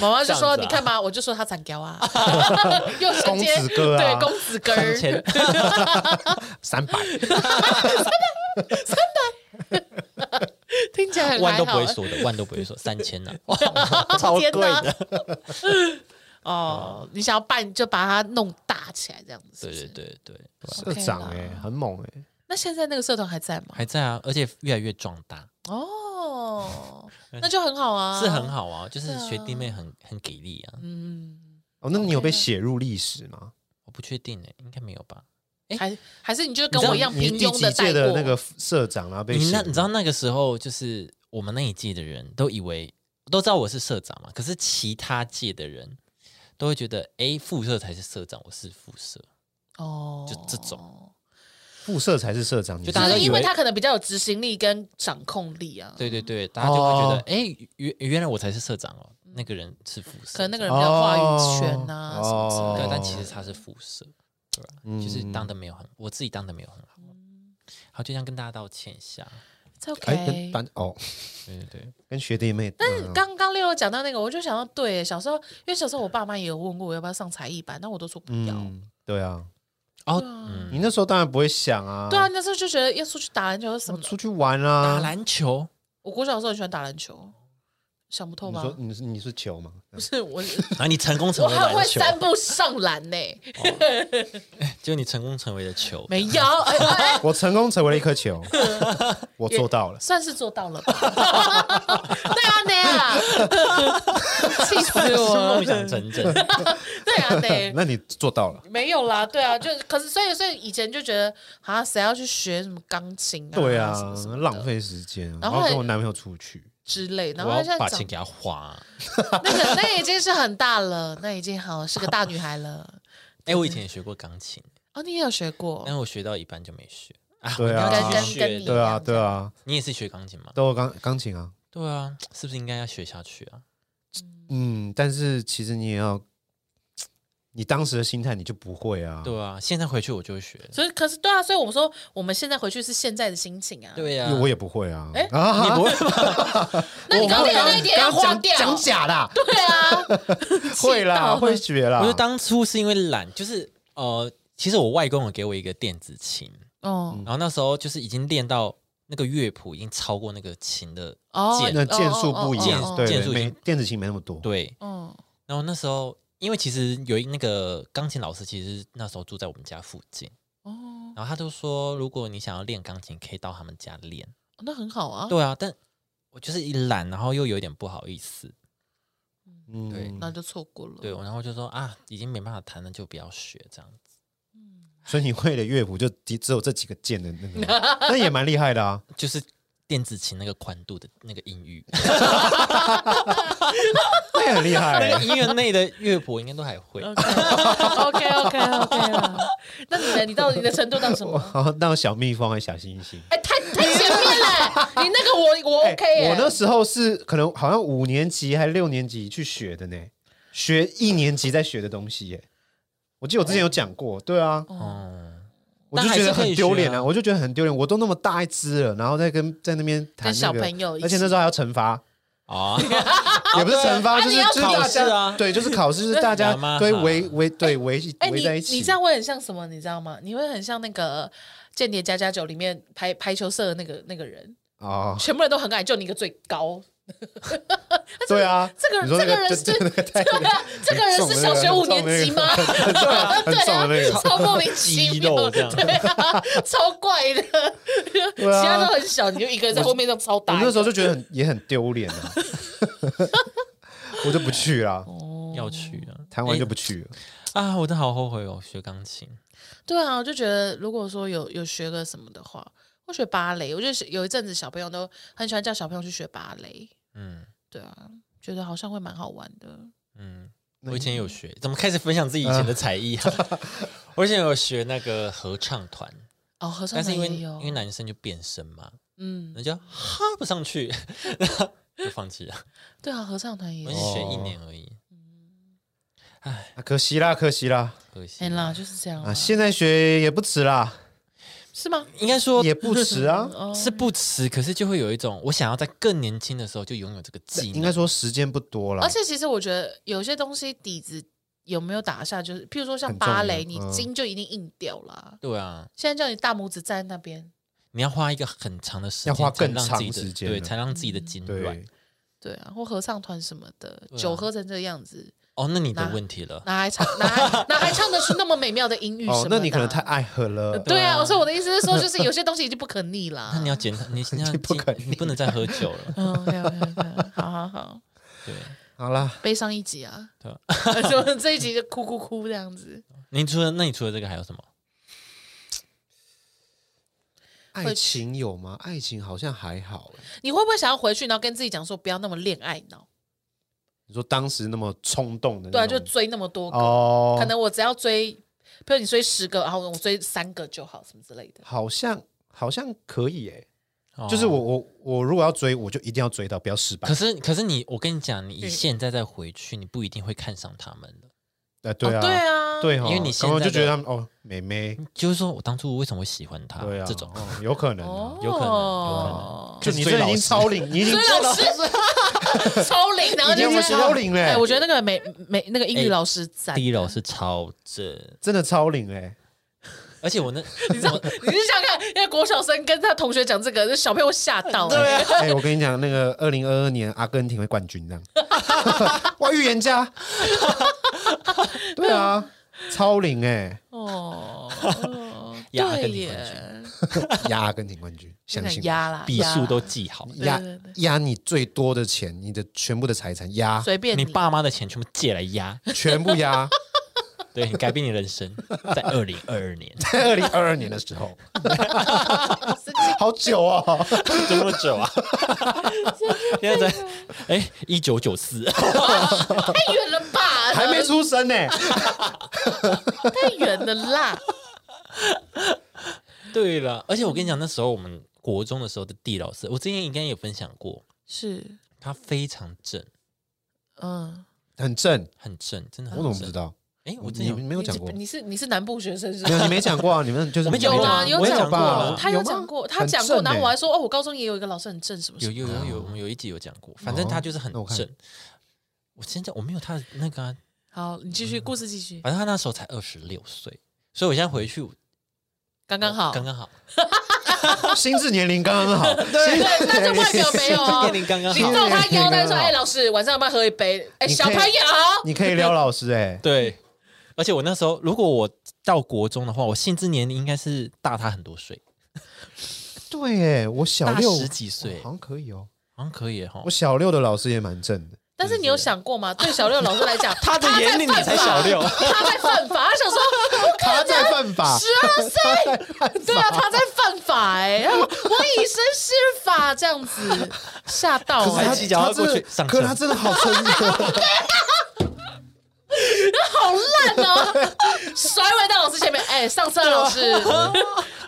B: 妈妈就
A: 这样
B: 说：“
A: 子啊
B: 你看嘛，我就说他长屌 啊，又
C: 公
B: 承接
C: 子哥
B: 对
C: 啊，
B: 公子哥
A: 三
B: 儿，
A: 千
C: 三百
B: 听起来很
A: 万
B: 还
A: 都不
B: 好啊
A: 会。说的，万都不会说三千啊呢，哇
C: 超贵
B: 天哪
C: 的，
B: 哦，你想要办就把它弄大起来，这样子。
A: 对
B: 是
A: 对
B: 不是
A: 对对。
C: 社长
B: 啦
C: 哎，很猛哎，
B: 那现在那个社团还在吗？
A: 还在啊，而且越来越壮大，
B: 哦，那就很好啊，
A: 是很。好啊，就是
B: 对啊
A: 学弟妹很很给力啊。
B: 嗯，
C: 哦，那你有
B: OK
C: 被
B: 啊
C: 写入历史吗？
A: 我不确定哎，应该没有吧？
B: 还还是你就
C: 你
B: 跟
C: 知道
B: 我一样
C: 你
B: 平
C: 第
B: 庸
C: 几
B: 的
C: 届
B: 带
C: 的
B: 过
C: 那个社长啊，被
A: 你那
C: 写入
A: 你知道那个时候就是我们那一届的人都以为都知道我是社长嘛，可是其他届的人都会觉得，哎，副社才是社长，我是副社，
B: 哦，
A: 就这种。
C: 副社才是社长，
A: 就
C: 你
A: 大家
B: 就
A: 都
B: 是
A: 以
B: 因为
A: 为
B: 他可能比较有执行力跟掌控力啊，
A: 对对对，大家就会觉得
C: 哦，
A: 哎，原原来我才是社长哦，那个人是副社，
B: 可能那个
A: 人
B: 人比较话语权啊
C: 哦
B: 什么之类
A: 对，
B: 的。
A: 但其实他是副社，对吧？
C: 嗯
A: 就是当的没有很，我自己当的没有很好，好，就想跟大家道歉一下。
B: It's
C: 哎跟
B: OK。
C: 班哦
A: 对对对。
C: 跟学弟妹，
B: 但是
C: 嗯
B: 刚刚六六讲到那个，我就想到，对，小时候，因为小时候我爸妈也有问过我要不要上才艺班，那我都说不要。
C: 嗯，对啊，
A: 哦，
C: 你
A: 嗯，
C: 那时候当然不会想啊，
B: 对啊，，那时候就觉得要出去打篮球什么的。
C: 出去玩
A: 打
C: 啊，
A: 篮球
B: 我国小的时候很喜欢打篮球，想不透
C: 你
B: 吧？
C: 说嗯你是你是球吗？
B: 不是我是，
A: 啊，你成功成
B: 我
A: 为
B: 很
A: 篮
B: 会
A: 球，
B: 三步上篮呢、
A: 就你成功成为了球，
B: 没有，哎哎哎
C: 我成功成为了一颗 球，我做到了。
B: 算是做到了吧？对啊，对啊，气死
A: 是
B: 我了！
A: 梦想成真。
B: 对啊， 对，
C: 那你做到了，
B: 没有啦，对啊，就可是所以所以以前就觉得啊，谁要去学什么钢琴啊，
C: 对
B: 什
C: 啊
B: 么什么，
C: 浪费时间啊，
B: 然
C: 然
B: 后
C: 后
B: 后来
C: 跟我男朋友出去，
B: 之类，然
A: 我
B: 后
A: 要
B: 现在
A: 把
B: 长
A: 钱给他花、
B: 那个那已经是很大了， 那已经好是个大女孩了。
A: 哎、我以前也学过钢琴，
B: 哦，你也有学过
A: 但，我学到一半就没学啊。
C: 对
A: 我
C: 啊
A: 应该
C: 跟
A: 去学
B: 跟跟
A: 的
B: 你
C: 对啊，
B: 这样
C: 对啊，
A: 你也是学钢琴吗？
C: 都有钢钢琴啊，
A: 对啊，是不是应该要学下去啊？
C: 嗯，但是其实你也要，你当时的心态你就不会啊，
A: 对啊，现在回去我就会学。
B: 所以可是对啊，所以我们说我们现在回去是现在的心情啊。，
A: 对呀、
C: 因为我也不会啊
B: 哎，
C: 啊，
A: 你不会吗？
B: 那你刚刚那一点要花掉，
C: 讲假啦，
B: 对啊，
C: 会啦，会
B: 气
C: 学啦
A: 我，就当初是因为懒，就是呃，其实我外公有给我一个电子琴，
B: 到哦
A: 然后那时候就是已经练到那个乐谱已经超过那个琴的
B: 哦
A: 键
C: 那件数不一
A: 哦哦
C: 样，
A: 哦
C: 对
A: 件
C: 对，
A: 数已
C: 没
A: 经
C: 电子琴没那么多，
A: 对，
B: 哦
A: 然后那时候因为其实有一那个钢琴老师，其实那时候住在我们家附近，
B: 哦，
A: 然后他就说，如果你想要练钢琴，可以到他们家练。
B: 那很好啊。
A: 对啊，但我就是一懒，然后又有点不好意思，
C: 嗯
A: 对
B: 那就错过了。
A: 对，然后就说啊，已经没办法弹了，就不要学这样子，
C: 所以你会的乐谱就只只有这几个键的 那个，那也蛮厉害的啊。
A: 就是电子琴那个宽度的那个音域，
C: 那也很厉害、
A: 那个音乐内的乐谱应该都还会。
B: 嗯 OK OK OK 啦。那你呢？你到你的程度到什么？
C: 好，那个小蜜蜂还小星星。
B: 哎，太太前面了，你那个我我 OK 耶
C: 哎我那时候是可能好像五年级还六年级去学的呢，学一年级在学的东西耶。我记得我之前有讲过，对啊，
A: 哦，
C: 我就觉得很丢
A: 但还是可以
C: 脸
A: 学啊
C: 啊，我就觉得很丢脸，我都那么大一只了，然后再跟在那边弹、那个、
B: 跟小朋友一起
C: 而且那时候还要惩罚，
A: 哦，
C: 也不是惩罚，
B: 啊
C: 就是
B: 你要
C: 就是大
A: 考试
C: 家
A: 啊
C: 对，就是考试，就是 大家
A: 干嘛
C: 对围围对围
B: 哎、
C: 围
B: 你
C: 在一起，
B: 你这样会很像什么？你知道吗？你会很像那个《间谍加加酒》里面排排球社的那个那个人，
C: 哦，
B: 全部人都很矮，就你一个最高。
C: 对啊，
B: 这个
C: 你说那
B: 这个
C: 个
B: 人
C: 就是就那个太
B: 对啊，这个人是小学五年级吗？
C: 很重的很重的那
B: 对
C: 个
B: 啊，，超莫名其
A: 肌
B: 妙
A: 肉
B: 的，
A: 这样
B: 对啊，超怪的。
C: 对啊
B: 其他都很小，你就一个人在后面这样超
C: 我
B: 大一个。
C: 那时候就觉得很也很丢脸啊， 我就不去了，
B: 哦
A: 要去啊，
C: 弹完就不去了。
A: 哎 啊，我都好后悔哦，学钢琴。
B: 对啊，我就觉得如果说有有学个什么的话，我学芭蕾，我就是有一阵子小朋友都很喜欢叫小朋友去学芭蕾。
A: 嗯
B: 对啊，觉得好像会蛮好玩的。
A: 嗯，我以前有学，怎么开始分享自己以前的才艺啊？ 我以前有学那个合唱团，
B: 哦，合唱
A: 但是
B: 团
A: 因为
B: 也
A: 因为
B: 有，
A: 男生就变声嘛，
B: 嗯，
A: 人家哈不上 去，就放弃了。
B: 对啊，合唱团 也
A: 我只
B: 有。
A: 学一年而已，
C: 啊可惜啦，可惜啦
A: 可惜
B: 哎。啦，就是这样
C: 啊！
B: 啦，
C: 现在学也不迟啦，
B: 是吗？
A: 应该说
C: 也不迟啊。
B: 哦，
A: 是不迟，可是就会有一种我想要在更年轻的时候就拥有这个技
C: 应
A: 能。
C: 该说时间不多啦
B: 而。且其实我觉得有些东西底子有没有打下，就是譬如说像
C: 很重要
B: 芭蕾，你
C: 嗯
B: 筋就一定硬掉啦。
A: 对啊，
B: 现在叫你大拇指站在那边，
A: 你要花一个很长的时间，
C: 要花
A: 才
C: 更
A: 让自己
C: 长时
A: 的
C: 间
A: 对，
C: 呢
A: 才让自己的筋软
C: 对。，
B: 对啊，或合唱团什么的，
A: 对啊
B: 酒喝成这个样子，
A: 哦，那你的
B: 那
A: 问题了。
B: 哪还唱 哪还哪还唱得出那么美妙的音域什么的
C: 哦
B: 啊？，
C: 那你可能太爱喝了。
B: 对啊，所以我的意思是说，就是有些东西已经不可逆 啦。
C: 嗯
A: 那你要检讨，你你要
C: 不可逆
A: 你不能再喝酒 了。
B: 嗯，OK OK，好好好，
A: 对，
C: 好啦，
B: 悲伤一集啊，
A: 对啊
B: 就这一集就哭哭哭这样子。
A: 你除了那你除了这个还有什么？
C: 爱情有吗？爱情好像还好欸。
B: 你会不会想要回去，然后跟自己讲说不要那么恋爱脑？
C: 你说当时那么冲动的
B: 对
C: 那
B: 啊，
C: 种，
B: 就追那么多个，
C: 哦，
B: 可能我只要追，比如你追十个，然后我追三个就好，什么之类的。
C: 好像好像可以诶。
A: 哦
C: 就是我我我如果要追，我就一定要追到，不要失败
A: 可。是可是你，我跟你讲，你
B: 嗯
A: 以现在再回去，你不一定会看上他们的。
C: 哎，对
B: 哦
C: 啊，
B: 对啊，
C: 对哦，
A: 因为你现
C: 然后
A: 在
C: 就觉
A: 的
C: 得他们哦，妹妹，
A: 就是说我当初为什么会喜欢他？
C: 对啊，
A: 嗯这种
C: 哦有可能啊
B: 哦，
A: 有可能
B: 哦
A: 有
C: 就你这已经超龄， 你已经
B: 追老师 超龄，然后
C: 已
B: 就
C: 经
B: 是
C: 不超龄嘞
B: 哎，，我觉得那个美美那个英
A: 哎
B: 语老师在
A: 第一楼是超正，
C: 欸真的超龄嘞，
A: 而且我 那
B: 你知道，你就想看，那国小生跟他同学讲这个，那小朋友吓到。对啊，
C: 哎、我跟你讲，那个二零二二年阿根廷会冠军这样， 哇，预言家，对啊，超龄哎、
B: 哦，
A: 压根
B: 对
A: 你
B: 耶，
C: 压阿根廷冠军，相信我
B: 压啦，
A: 笔
B: 压
A: 数都记好，
C: 压
B: 对对对
C: 压你最多的钱，你的全部的财产压，
B: 随便
A: 你爸妈的钱全部借来压，
C: 全部压，
A: 对你改变你人生，在二零二二年
C: 在二零二二年的时候，
B: 神经
C: 好久哦，
A: 这么久啊，现在在哎一九九四，
B: 太远了吧？
C: 还没出生呢、
B: 太远了啦。
A: 对了，而且我跟你讲，那时候我们国中的时候的地老师，我之前应该也分享过，
B: 是，
A: 他非常正，
B: 嗯，
C: 很正，
A: 很正，真的
C: 我
A: 很正。
C: 怎么不知？道？
A: 哎，我之
C: 你
A: 前有
C: 没有讲过，
B: 你是你是南部学生是
C: 没有
B: 吧？
C: 你没讲过啊，你们就是
A: 我没讲
C: 没
A: 过
B: 啊，
A: 啊
B: 有
A: 我也
B: 讲
A: 讲过
B: 过
A: 啊，
B: 他
C: 有
B: 有
C: 吗
B: 讲过，他
C: 很
B: 讲过，
C: 正
B: 然后我
C: 欸
B: 还说哦，我高中也有一个老师很正，什么什
A: 有
B: 么，
A: 有有有，我们有一集有讲过，反正他就是很
C: 那我看
A: 正。我现在我没有他的那个、啊，
B: 好，你继续，故事继续，
A: 反正他那时候才二十六岁，所以我现在回去
B: 刚刚好，
A: 刚刚好，
C: 欸 心智年龄刚刚好，对
B: 对，但是外表没有哦
A: 年。龄刚刚
B: 你
A: 好
C: 行，
B: 照他腰带
C: 刚
B: 说：“
C: 刚好
B: 哎，老师，晚上要不要喝一杯？”哎，
C: 你可以
B: 小朋友，啊
C: 你可以撩老师哎、
A: 对。而且我那时候如果我到国中的话，我心智年龄应该是大他很多岁，
C: 对哎、我小
A: 大
C: 六
A: 十几岁，
C: 好像可以哦，
A: 好像可以哈
C: 我。小六的老师也蛮正的，
B: 但是你有想过吗？对小六老师来讲，他在
A: 眼里你
B: 犯
A: 才
B: 法
A: 小六
B: 他 在犯法，他想说，
C: 他在犯法
B: 十，二岁，对啊，他在犯法哎、我以身试法这样 子，吓到
C: 可
B: 哎、
C: 是他
A: 哦骑脚
C: 他
A: 踏过
C: 真
A: 去
C: 的，
A: 上
C: 可是
A: 车
C: 他真的好成熟，
B: 好烂哦，甩尾到老师前面，哎、上车老 师，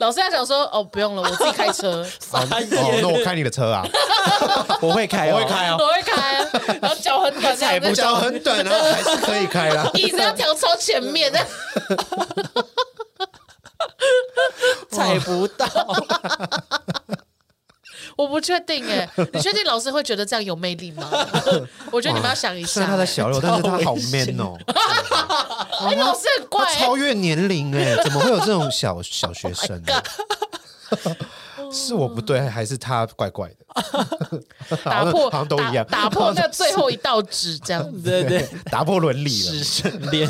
B: 老师在想说，哦，不用了，我自己开车，
A: 傻眼
C: 哦，那我开你的车啊，
A: 我会开，
C: 我会开哦，
B: 我会开，然后脚很短，这样子，，
C: 脚很短啊，还是可以开啦
B: 椅子要调超前面，
A: 踩不到。
B: 我不确定 哎、你确定老师会觉得这样有魅力吗？ 我觉得你们要想一
C: 虽
B: 下、欸
C: 然他在小六，但是他好
A: 超危险
C: man 哦，
B: 哎、老师很怪、
C: 他
B: 哎
C: 超越年龄哎、怎么会有这种小小学生呢、
A: Oh
C: 是我不对，还是他怪怪的？
B: 打破
C: 好像都一样
B: 打打 破那最后一道纸，这样 子。
A: 对对，
C: 打破伦理
A: 师
C: 了，
A: 生恋，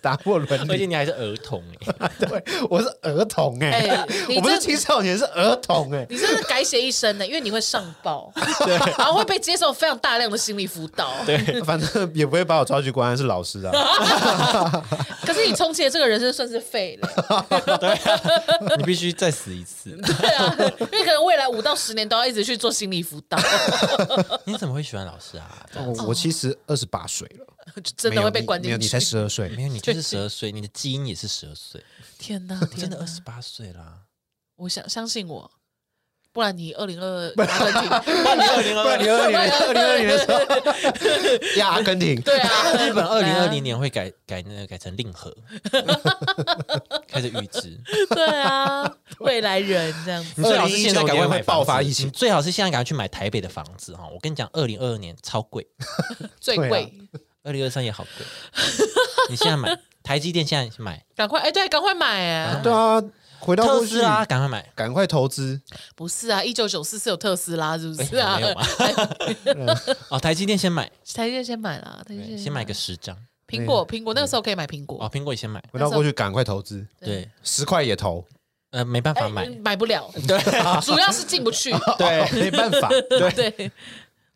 C: 打破伦
A: 而且
C: 理。
A: 你还是儿童哎，
C: 对，我是儿童哎、
B: 哎你
C: 我不是
B: 这
C: 青少年，是儿童哎、
B: 你真的改写一生欸呢、因为你会上 报，然后会被接受非常大量的心理辅导。
A: 对，
C: 反正也不会把我抓去关，是老师啊。
B: 可是你充其了这个人生算是废 了，
A: 你必须再死一次。
B: 对啊，因为可能未来五到十年都要一直去做心理辅导，
A: 你怎么会喜欢老师啊？这样
C: 我我其实二十八岁了，
B: 就哦真的会被
C: 没有
B: 关
C: 你没有
B: 进
C: 你才
B: 去。
C: 十 二岁，
A: 没有，你就是十二岁，你的基因也是十二岁，
B: 天 哪，
A: 你真
B: 天
A: 的
B: 哪
A: 二！十八岁啦。
B: 我相相信我，不然你二零 二二，
A: 不然你二零
C: 不然你二零二零二零的时候压阿根廷，
B: 对啊，
A: 日本二零二
B: 对
A: 零
B: 啊
A: 年会改改那个改成令 和，开始预知。
B: 对 啊，未来人这样
A: 你
B: 子。
A: 最好是现在赶快买
C: 2019年会爆发
A: 房子
C: 疫情
A: 你最好是现在赶快去买台北的房子哈。我跟你讲，二零二二年超贵，
B: 最
C: 对啊
B: 贵，
A: 二零二三也好贵。你现在 买台积电，现在买
B: 赶快哎，对，赶快买哎！
C: 对啊，回到
A: 特
C: 过
A: 斯
C: 去，
A: 拉，赶快买。
C: 赶快投资，
B: 不是啊，一九九四是有特斯拉，是不是啊？
A: 哎没 有吗哦，台积电先买，
B: 台积电先买啦，台积电
A: 先买个十张。
B: 苹果，苹果那个时候可以买苹果
A: 哦，，苹果也先买。
C: 回到过去赶快投资，
A: 对，
C: 十块也投，
A: 呃，没办法
B: 哎
A: 买。
B: 买不了，
A: 对啊
B: 主要是进不 去。
A: 对
C: 哦，没办法，
B: 对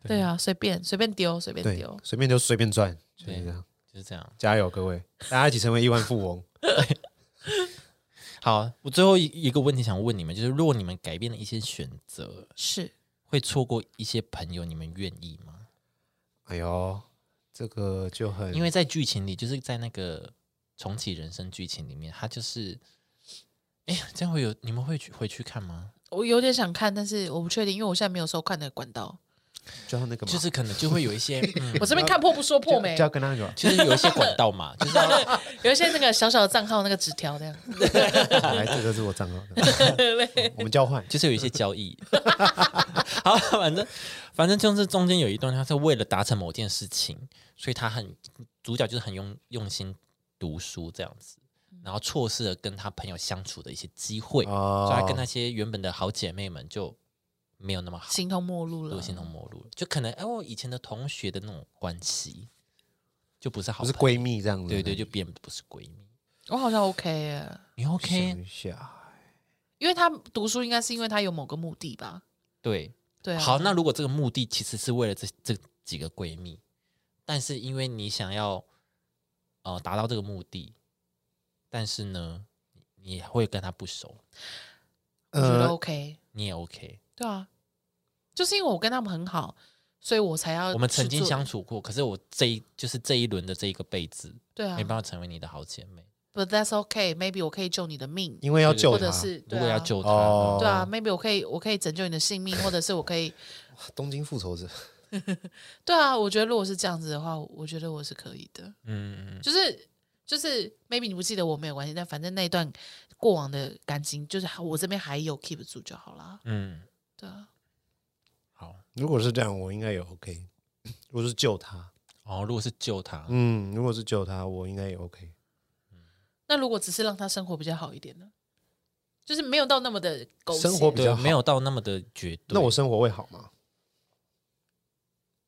B: 对啊，随便随便丢，随便
C: 对
B: 丢，。
C: 随便就随便赚，就是
A: 对
C: 这样，
A: 就是这样。
C: 加油各位，大家一起成为亿万富翁。
A: 好，我最后一一个问题想问你们，就是如果你们改变了一些选择，
B: 是
A: 会错过一些朋友，你们愿意吗？
C: 哎呦，这个就很
A: 因为在剧情里，就是在那个重启人生剧情里面，他就是，哎，这样会有你们会去回去看吗？
B: 我有点想看，但是我不确定，因为我现在没有收看的管 道。
C: 就要那个嘛，
A: 就是可能就会有一 些，嗯
B: 我这边看破不说破没
C: 就，要跟那个
A: 就是有一些管道嘛， 就是要
B: 有一些那个小小的账号那个纸条 这样。
C: 来，哎这个是我账号 的，我们交换。
A: 就是有一些交易。 好，反正反正就是中间有一段，他是为了达成某件事情，所以他很主角就是很用用心读书这样子，然后错失了跟他朋友相处的一些机会，所以
C: 哦
A: 他跟那些原本的好姐妹们就没有那么好，
B: 形同陌路
A: 就
B: 了。
A: 形同陌路了，就可能哎，我以前的同学的那种关系，就不是好
C: 不是
A: 朋友，
C: 闺蜜这样子，
A: 对对，就变不是闺蜜。
B: 我好像 OK 耶，
A: 你
C: 想
A: OK？
C: 一下，
B: 因为他读书应该是因为他有某个目的吧？
A: 对，
B: 对啊。
A: 好，那如果这个目的其实是为了这这几个闺蜜，但是因为你想要呃达到这个目的，但是呢，你你会跟她不熟，
B: 我觉得
C: 呃，
B: OK。
A: 你也 OK。
B: 对啊，就是因为我跟他们很好，所以我才要
A: 我们曾
B: 去
A: 经
B: 呃做
A: 相处过，可是我这一就是这一轮的这一个辈子，
B: 对啊
A: 没办法成为你的好姐妹。
B: ，But that's okay. Maybe 我可以救你的命，
C: 因为要救
B: 或
C: 她
B: 者，是啊
A: 如果要救她，
C: 哦
B: 对啊对啊，Maybe 我可以我可以拯救你的性命，或者是我可以
C: 东京复仇者，
B: 对啊。我觉得如果是这样子的话，我觉得我是可以的。
A: 嗯，嗯嗯
B: 就是就是 maybe 你不记得我没有关系，但反正那一段过往的感情，就是我这边还有 keep 住就好啦。
A: 嗯，
B: 对啊，
A: 好。
C: 如果是这样，我应该也 OK。如 果是救她，
A: 哦，如果是救她，
C: 嗯，如果是救她，我应该也 OK。
B: 那如果只是让他生活比较好一点呢？就是没有到那么的狗血
C: 生活比
A: 对
C: 较，好
A: 没有到那么的绝对。
C: 那我生活会好 吗？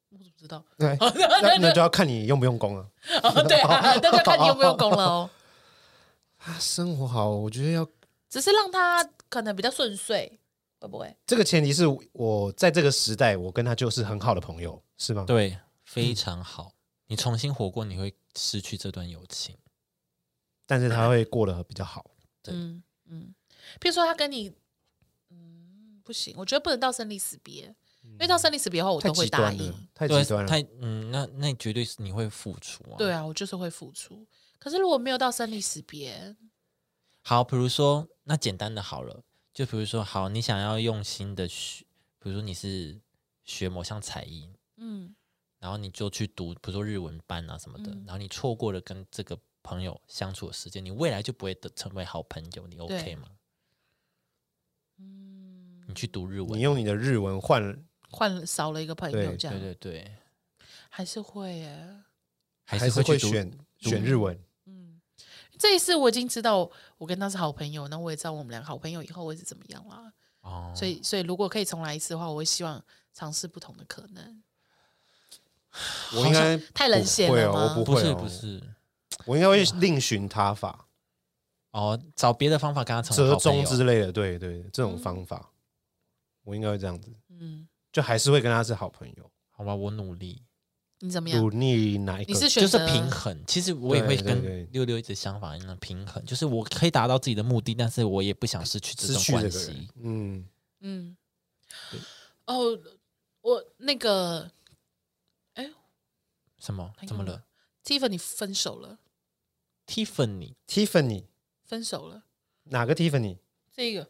B: 我怎么知道？
C: 对，那那就要看你用不用功了。
B: 哦，对啊，那就看你有没有功了 哦。
C: 啊，生活好，我觉得要
B: 只是让他可能比较顺遂，会不会？
C: 这个前提是我在这个时代，我跟她就是很好的朋友，是吗？
A: 对
C: 嗯
A: 非常好。你重新活过，你会失去这段友情。
C: 但是她会过得比较好。
A: 对
B: 嗯嗯，譬如说他跟你，嗯，不行，我觉得不能到生离死别，因为到生离死别后我
C: 嗯太
B: 都会
C: 极
B: 答
C: 端了哦
B: 应。，
C: 太
A: 对
C: 极端了。
A: 太嗯，那那绝对是你会付出啊。
B: 对，啊，我就是会付出。可是如果没有到生离死别，
A: 好，比如说那简单的好了，就比如说好，你想要用心的学，比如说你是学某项才艺，
B: 嗯，
A: 然后你就去读，比如说日文班啊什么的，
B: 嗯
A: 然后你错过了跟这个朋友相处的时间，你未来就不会得成为好朋友，你 OK 吗？嗯，你去读日
C: 你
A: 文，
C: 用你的日文换，
B: 换了少了一个朋友
C: 对
B: 这样，
A: 对对对，
B: 还是会耶。
A: 还
C: 还是
A: 会
C: 会
A: 去读
C: 选选日文。
B: 嗯这一次我已经知道我跟他是好朋友，那我也知道我们俩好朋友以后会是怎么样啦。
A: 哦，
B: 所以，所以如果可以重来一次的话，我会希望尝试不同的可能。
C: 我应该
B: 太冷血
C: 不会
B: 了
C: 哦
B: 吗？
C: 我不
A: 不
C: 会
A: 是
C: 哦
A: 不是。
C: 我应该会另寻他法，
A: 哦，找别的方法跟他成为好
C: 折
A: 朋
C: 中
A: 友啊
C: 之类的。对对，这种方法，我应该会这样子，
B: 嗯，
C: 就还是会跟他是好朋友。
A: 好吧，我努力，
B: 你怎么样
C: 努？力哪一个？
B: 你是选
A: 就
B: 择
A: 是平衡。其实我也
C: 对
A: 会
C: 对对
A: 跟六六一直相反一样平衡，就是我可以达到自己的目的，但是我也不想失去这
C: 失
A: 种
C: 去这
A: 关
C: 个
B: 哎
C: 人
A: 系。。
C: 嗯，
B: 嗯，哦，我那个
A: 什么
B: 哎？呦
A: 怎么了
B: Tiffany 分手了，
A: ？Tiffany
C: Tiffany
B: 分手了，
C: 哪个 Tiffany？
B: 这个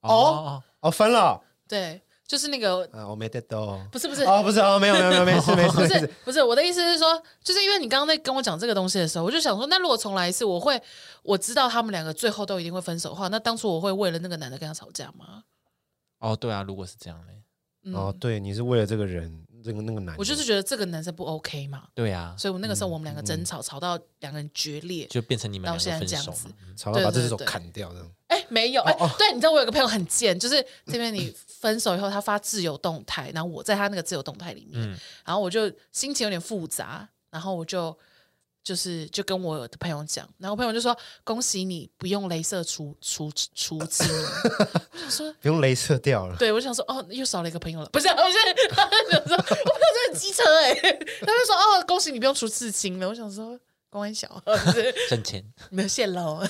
A: 哦，
C: 哦，分了
B: 对，就是那个
C: 啊，我没得到。
B: 不是不是
C: 哦，不是哦，没有没 有没有，没事没事
B: 不
C: 没
B: 是
C: 事。
B: 不是，我的意思是说，就是因为你刚刚在跟我讲这个东西的时候，我就想说，那如果重来一次，我会我知道他们两个最后都一定会分手的话，那当初我会为了那个男的跟他吵架吗？
A: 哦，对啊，如果是这样嘞，
B: 嗯，
C: 哦，对，你是为了这个人，这个那个男的，
B: 我就是觉得这个男生不 OK 嘛，
A: 对啊，
B: 所以我那个时候我们两个争吵，吵到两个人决裂，
A: 就变成你们
B: 到
A: 两
B: 现
A: 个
B: 在
A: 分
B: 这样
A: 手
B: 子
A: 嘛。。嗯
C: 吵到把这只手
B: 对对对
C: 砍掉这样。
B: 哎，没有，哎，对，你知道我有个朋友很贱，就是这边你分手以后，他发自由动态，然后我在他那个自由动态里面，
A: 嗯
B: 然后我就心情有点复杂，然后我就就是就跟我的朋友讲，然后我朋友就说恭喜你不用镭射除除除精， 我想说。
C: 不用镭射掉了，
B: 对，我想说，哦，又少了一个朋友了，不是， 我是他想说，我朋友真的很机车哎、 他就说，哦，恭喜你不用除刺青了。我想说，公安小， 就是
A: 挣钱，
B: 没有线喽。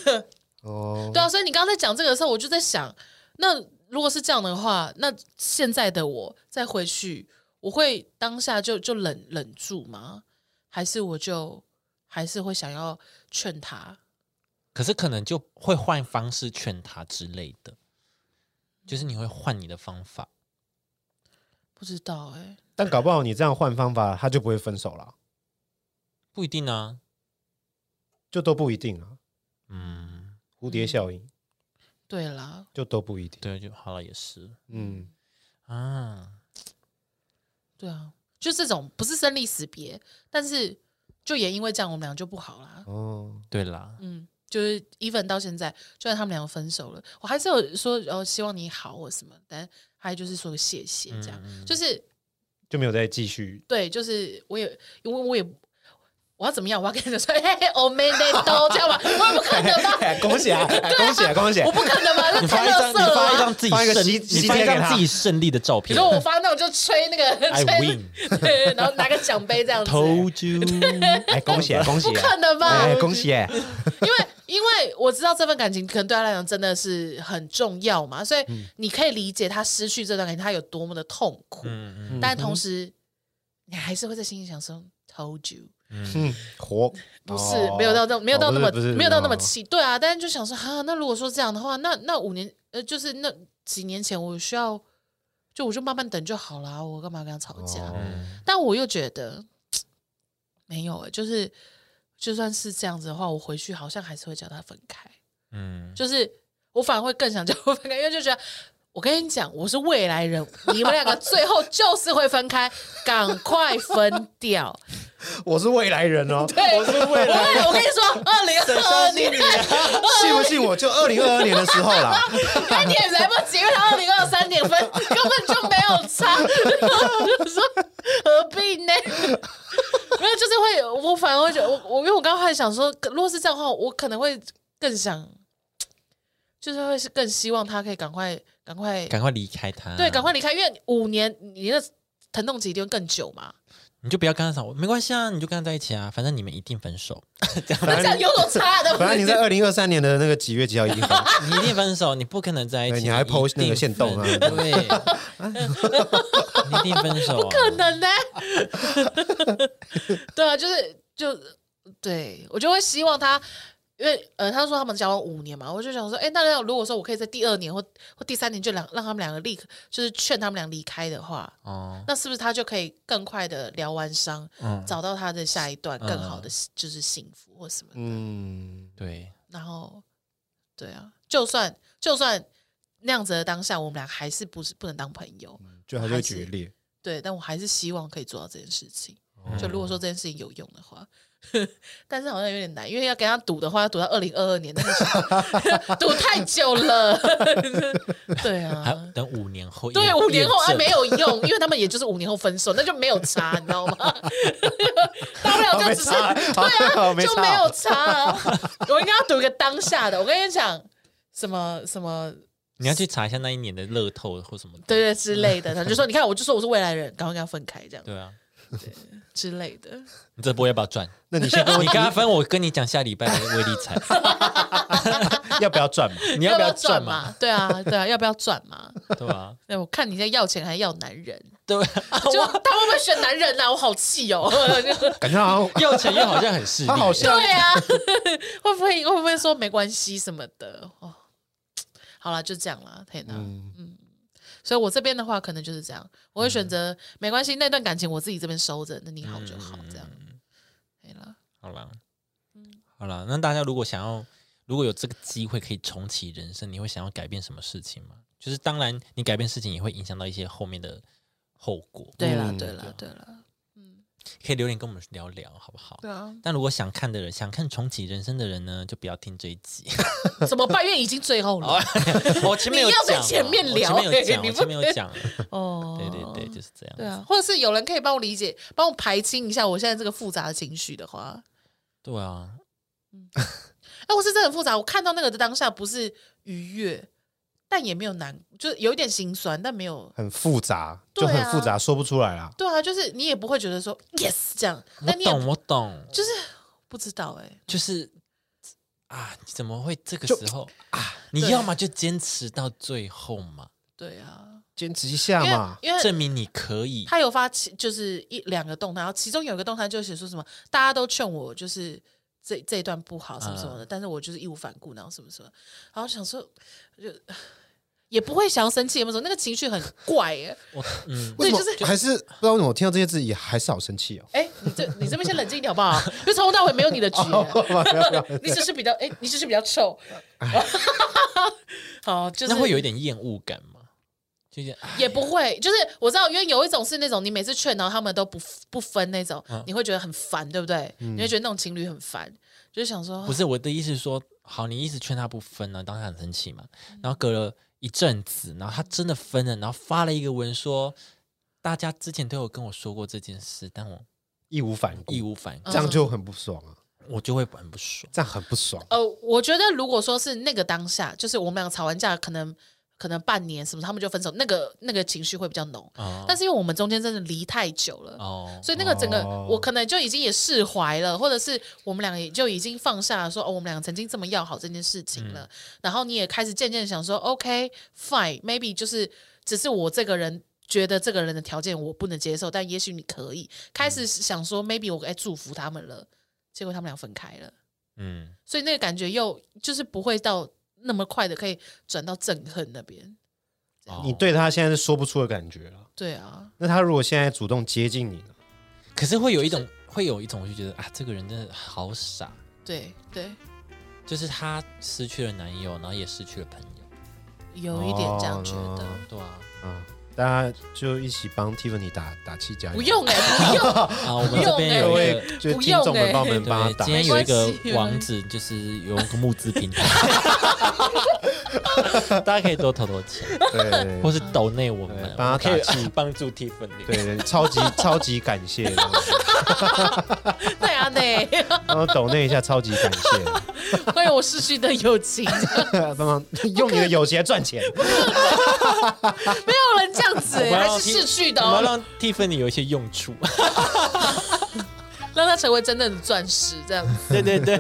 C: 哦，
B: 对啊，所以你刚刚在讲这个的时候，我就在想，那如果是这样的话，那现在的我再回去，我会当下就就忍忍住吗？还是我就还是会想要劝他？
A: 可是可能就会换方式劝他之类的，就是你会换你的方法。
B: 不知道哎、
C: 但搞不好你这样换方法，他就不会分手了，
A: 不一定啊，
C: 就都不一定啊。
A: 嗯，
C: 蝴蝶效应
B: 对啦，
C: 就都不一定。
A: 对，就好了，也是
C: 嗯，
A: 啊，
B: 对啊，就这种不是生离死别，但是就也因为这样，我们俩就不好啦。
C: 哦，
A: 对啦，
B: 嗯，就是 even 到现在，就算他们两个分手了，我还是有说哦，希望你好或什么，但还就是说个谢谢这样，就是
C: 就没有再继续。
B: 对，就是我也因为我也我要怎么样，我要跟人家说，嘿嘿，我没得都这样吧，我也不可能吧，
C: 哎，恭喜啊！哎恭喜啊！恭喜啊
B: 我！不可能吧，
A: 你
B: 这
A: 发
B: 太
A: 一
B: 乐
A: 张，你
B: 色
A: 发一
B: 了啊。
A: 张自己
C: 发一个
A: 胜，
C: 喜
A: 你
C: 喜
A: 发一
C: 帖给
A: 张
C: 他
A: 自己胜利的照
B: 你
A: 片。
B: 说我发那我就吹那个
A: I
B: 吹
A: win，啊
B: 对，然后拿个奖杯这样子，不
A: told you，
C: 哎，恭喜啊！恭喜
B: 可
C: 啊！
B: 能吧？
C: 哎，
B: 我
C: 恭喜哎！
B: 因为因为我知道这份感情可能对他来讲真的是很重要嘛，所以
A: 嗯
B: 你可以理解他失去这段感情他有多么的痛苦，
A: 嗯
C: 嗯
B: 但同时你还是会在心里想说 told you，
A: 嗯，
C: 嗯，活
B: 不是、
C: 哦
B: 没有到那没有到那么、
C: 哦不是不是
B: 没有到那么
C: 哦
B: 气，对啊，但是就想说哈，那如果说这样的话，那那五年呃就是那几年前我需要就我就慢慢等就好啦，我干嘛跟他吵架？
C: 哦
A: 嗯
B: 但我又觉得没有、欸，就是就算是这样子的话，我回去好像还是会叫他分开。
A: 嗯，
B: 就是我反而会更想叫我分开，因为就觉得我跟你讲，我是未来人，你们两个最后就是会分开，赶快分掉。
C: 我是未来人哦，
B: 对， 啊
C: 我是未来人，
B: 我跟你说，二零二二年，
C: 啊信不信我就二零二二年的时候啦，
B: 哎，你也来不及，因为他二零二三年分根本就没有差，我就说何必呢？ 没有，就是会，我反而会觉得，我我因为我刚刚还想说，如果是这样的话，我可能会更想，就是会是更希望他可以赶快赶快
A: 赶快离开他，
B: 对，赶快离开，因为五年你的疼痛期一定会更久嘛。
A: 你就不要跟他吵，没关系啊，你就跟他在一起啊，反正你们一定分 手，
B: 那这样有所差的，
C: 反正你在二零二三年的那个几月几号已经 分了，
A: 你一定分手，你不可能在一
C: 对
A: 起，
C: 你还
A: 一
C: post 那个
A: 定
C: 限动啊
A: 分 对，你一定分手，啊不
B: 可能呢？ 对啊，就是就对我就会希望他。因为呃，他说他们交往五年嘛，我就想说，哎、那要如果说我可以在第二年或或第三年就两让他们两个立刻，就是劝他们俩离开的话，
A: 哦，
B: 那是不是他就可以更快的疗完伤，
A: 嗯，
B: 找到他的下一段更好的、就是幸福或什么的
C: 嗯，
A: 对，
B: 然后，对啊，就算就算那样子的当下，我们俩还是不是不能当朋友，
C: 就还是会决裂，
B: 对，但我还是希望可以做到这件事情。
A: 嗯
B: 就如果说这件事情有用的话， 但是好像有点难，因为要跟他赌的话，要赌到二零二二年，那个时候 赌太久了。 对
A: 还
B: 啊，
A: 等五年后，
B: 对，五年后还
A: 还
B: 没有用，因为他们也就是五年后分手，那就没有差，你知道吗？ 大不了就只是啊
C: 好没差好没
B: 就
C: 差
B: 没有差啊！我应该要赌一个当下的。我跟你讲，什么什么，
A: 你要去查一下那一年的乐透或什么的，
B: 对对之类的，他就说，你看，我就说我是未来人，赶快跟他分开，这样
A: 对啊，
B: 之类的。
A: 你这波要不要赚？
C: 那你先
B: 啊
C: 跟我
A: 你跟他分，我跟你讲下礼拜的威力 彩，
C: 要不要转嘛？
A: 你
B: 要
A: 不要
B: 赚
A: 嘛？？
B: 对啊，对啊，要不要赚嘛？
A: 对吧？
B: 对，我看你在要钱还要男人，
A: 对啊，
B: 就他会不会选男人啊？我好气哦！
C: 感觉好像
A: 要钱又好像很势利，
C: 他好像
B: 对啊， 会不会会不会说没关系什么的？哦，好啦，就这样啦，天哪！
C: 嗯
B: 所以我这边的话，可能就是这样，我会选择、没关系，那段感情我自己这边收着，那你
A: 嗯
B: 好就好，这样没了。
A: 好啦，
B: 嗯
A: 好啦，那大家如果想要，如果有这个机会可以重启人生，你会想要改变什么事情吗？就是当然，你改变事情也会影响到一些后面的后果，
B: 对啦，
C: 嗯
B: 对啦，对啦，
A: 可以留言跟我们聊聊，好不好？
B: 对啊，
A: 但如果想看的人，想看重启人生的人呢，就不要听这一集。
B: 怎么办？因为已经最后了。
A: 我前面有
B: 你要在
A: 讲啊，
B: 前面聊
A: 我前面有讲，
B: 欸你
A: 我
B: 不
A: 前面有讲，
B: 哦，
A: 对对对，就是这样。
B: 对啊，或者是有人可以帮我理解，帮我排清一下我现在这个复杂的情绪的话，
A: 对啊，
B: 哎，我是真的很复杂。我看到那个的当下不是愉悦，但也没有难，就是有一点心酸，但没有。
C: 很复杂，
B: 对
C: 就
B: 啊
C: 很复杂，说不出来啦。
B: 对啊，就是你也不会觉得说 yes 这样，
A: 我
B: 但你也
A: 懂，我懂，
B: 就是不知道哎、
A: 就是啊，你怎么会这个
C: 就
A: 时候啊？你
B: 对
A: 要么就坚持到最后嘛，
B: 对啊，
C: 坚持一下
B: 因为
C: 嘛，
B: 因为
A: 证明你可以。
B: 他有发起就是一两个动态，然后其中有一个动态就写说什么，大家都劝我就是这这一段不好什么什么的，但是我就是义无反顾，然后什么什么，然后想说就 也不会想要生气，有没有？那个情绪很怪耶、
A: 我嗯，
C: 为什
B: 对就
C: 么还是不知道为什么我听到这些字也还是好生气哦？
B: 哎、你这你这边先冷静一点好不好？就从头到尾没 有你的局、
A: 哦
B: 你只是比较哎、你只是比较臭。好，就是
A: 那会有一点厌恶感吗？就是啊
B: 也不会，就是我知道，因为有一种是那种你每次劝，然后他们都不不分那
A: 嗯
B: 种，你会觉得很烦，对不对？你会觉得那种情侣很烦，就是想说
A: 嗯不是我的意思是说，好，你一直劝他不分呢、当时很生气嘛。然后隔了一阵子，然后他真的分了，然后发了一个文说，大家之前都有跟我说过这件事，但我
C: 义无反顾，
A: 义无反顾，
C: 这
B: 嗯
C: 样就很不爽啊，
A: 我就会很不爽。
C: 这样很不爽。
B: 呃，我觉得如果说是那个当下，就是我们两个吵完架，可能可能半年什么，他们就分手，那个那个情绪会比较浓。
A: 哦
B: 但是因为我们中间真的离太久了，
A: 哦，
B: 所以那个整个、
C: 哦
B: 我可能就已经也释怀了，或者是我们两个也就已经放下了说，哦，我们两个曾经这么要好这件事情了。然后你也开始渐渐想说，OK，fine，maybe、就是只是我这个人。觉得这个人的条件我不能接受，但也许你可以开始想说，maybe 我该祝福他们了。结果他们俩分开了，
A: 嗯，
B: 所以那个感觉又就是不会到那么快的可以转到憎恨那边。
A: 哦
C: 你对他现在是说不出的感觉了。
B: 对啊，
C: 那他如果现在主动接近你呢？
A: 可是会有一种，会有一种，我就觉得啊，这个人真的好傻，
B: 对对，
A: 就是他失去了男友，然后也失去了朋友。
B: 有一点这样觉得。
C: 哦
A: 对啊，
C: 啊，大家就一起帮 Tiffany 打打气加油。
B: 不用哎、不用，
A: 啊，我们
B: 不
A: 这
B: 用
A: 边
B: 欸
A: 有
C: 各
A: 一
C: 位
A: 个。
C: 就是
B: 不
C: 听
B: 用
C: 众们
B: 欸
C: 帮我们帮
A: 对，
C: 他打
A: 今。天有一个
B: 没关系
A: 网址，就是有一个募资 平台，大家可以多投投钱，
C: 对对对
A: 或是抖内我们
C: 对，帮他
A: 我们
C: 打
A: 可以
C: 气
A: 啊 帮助 Tiffany。
C: 对对，超级超级感谢的，
B: 对啊，对，
C: 然后抖那一下，超级感谢，
B: 关于我逝去的友情，没
C: 帮忙用你的友情来赚钱。
B: 有人这样子、欸，
A: 我要
B: 还是逝去的、
A: 我们
B: 哦，
A: 要让 Tiffany 有一些用处。
B: 让他成为真正的钻石，这样子。
A: 对对 对，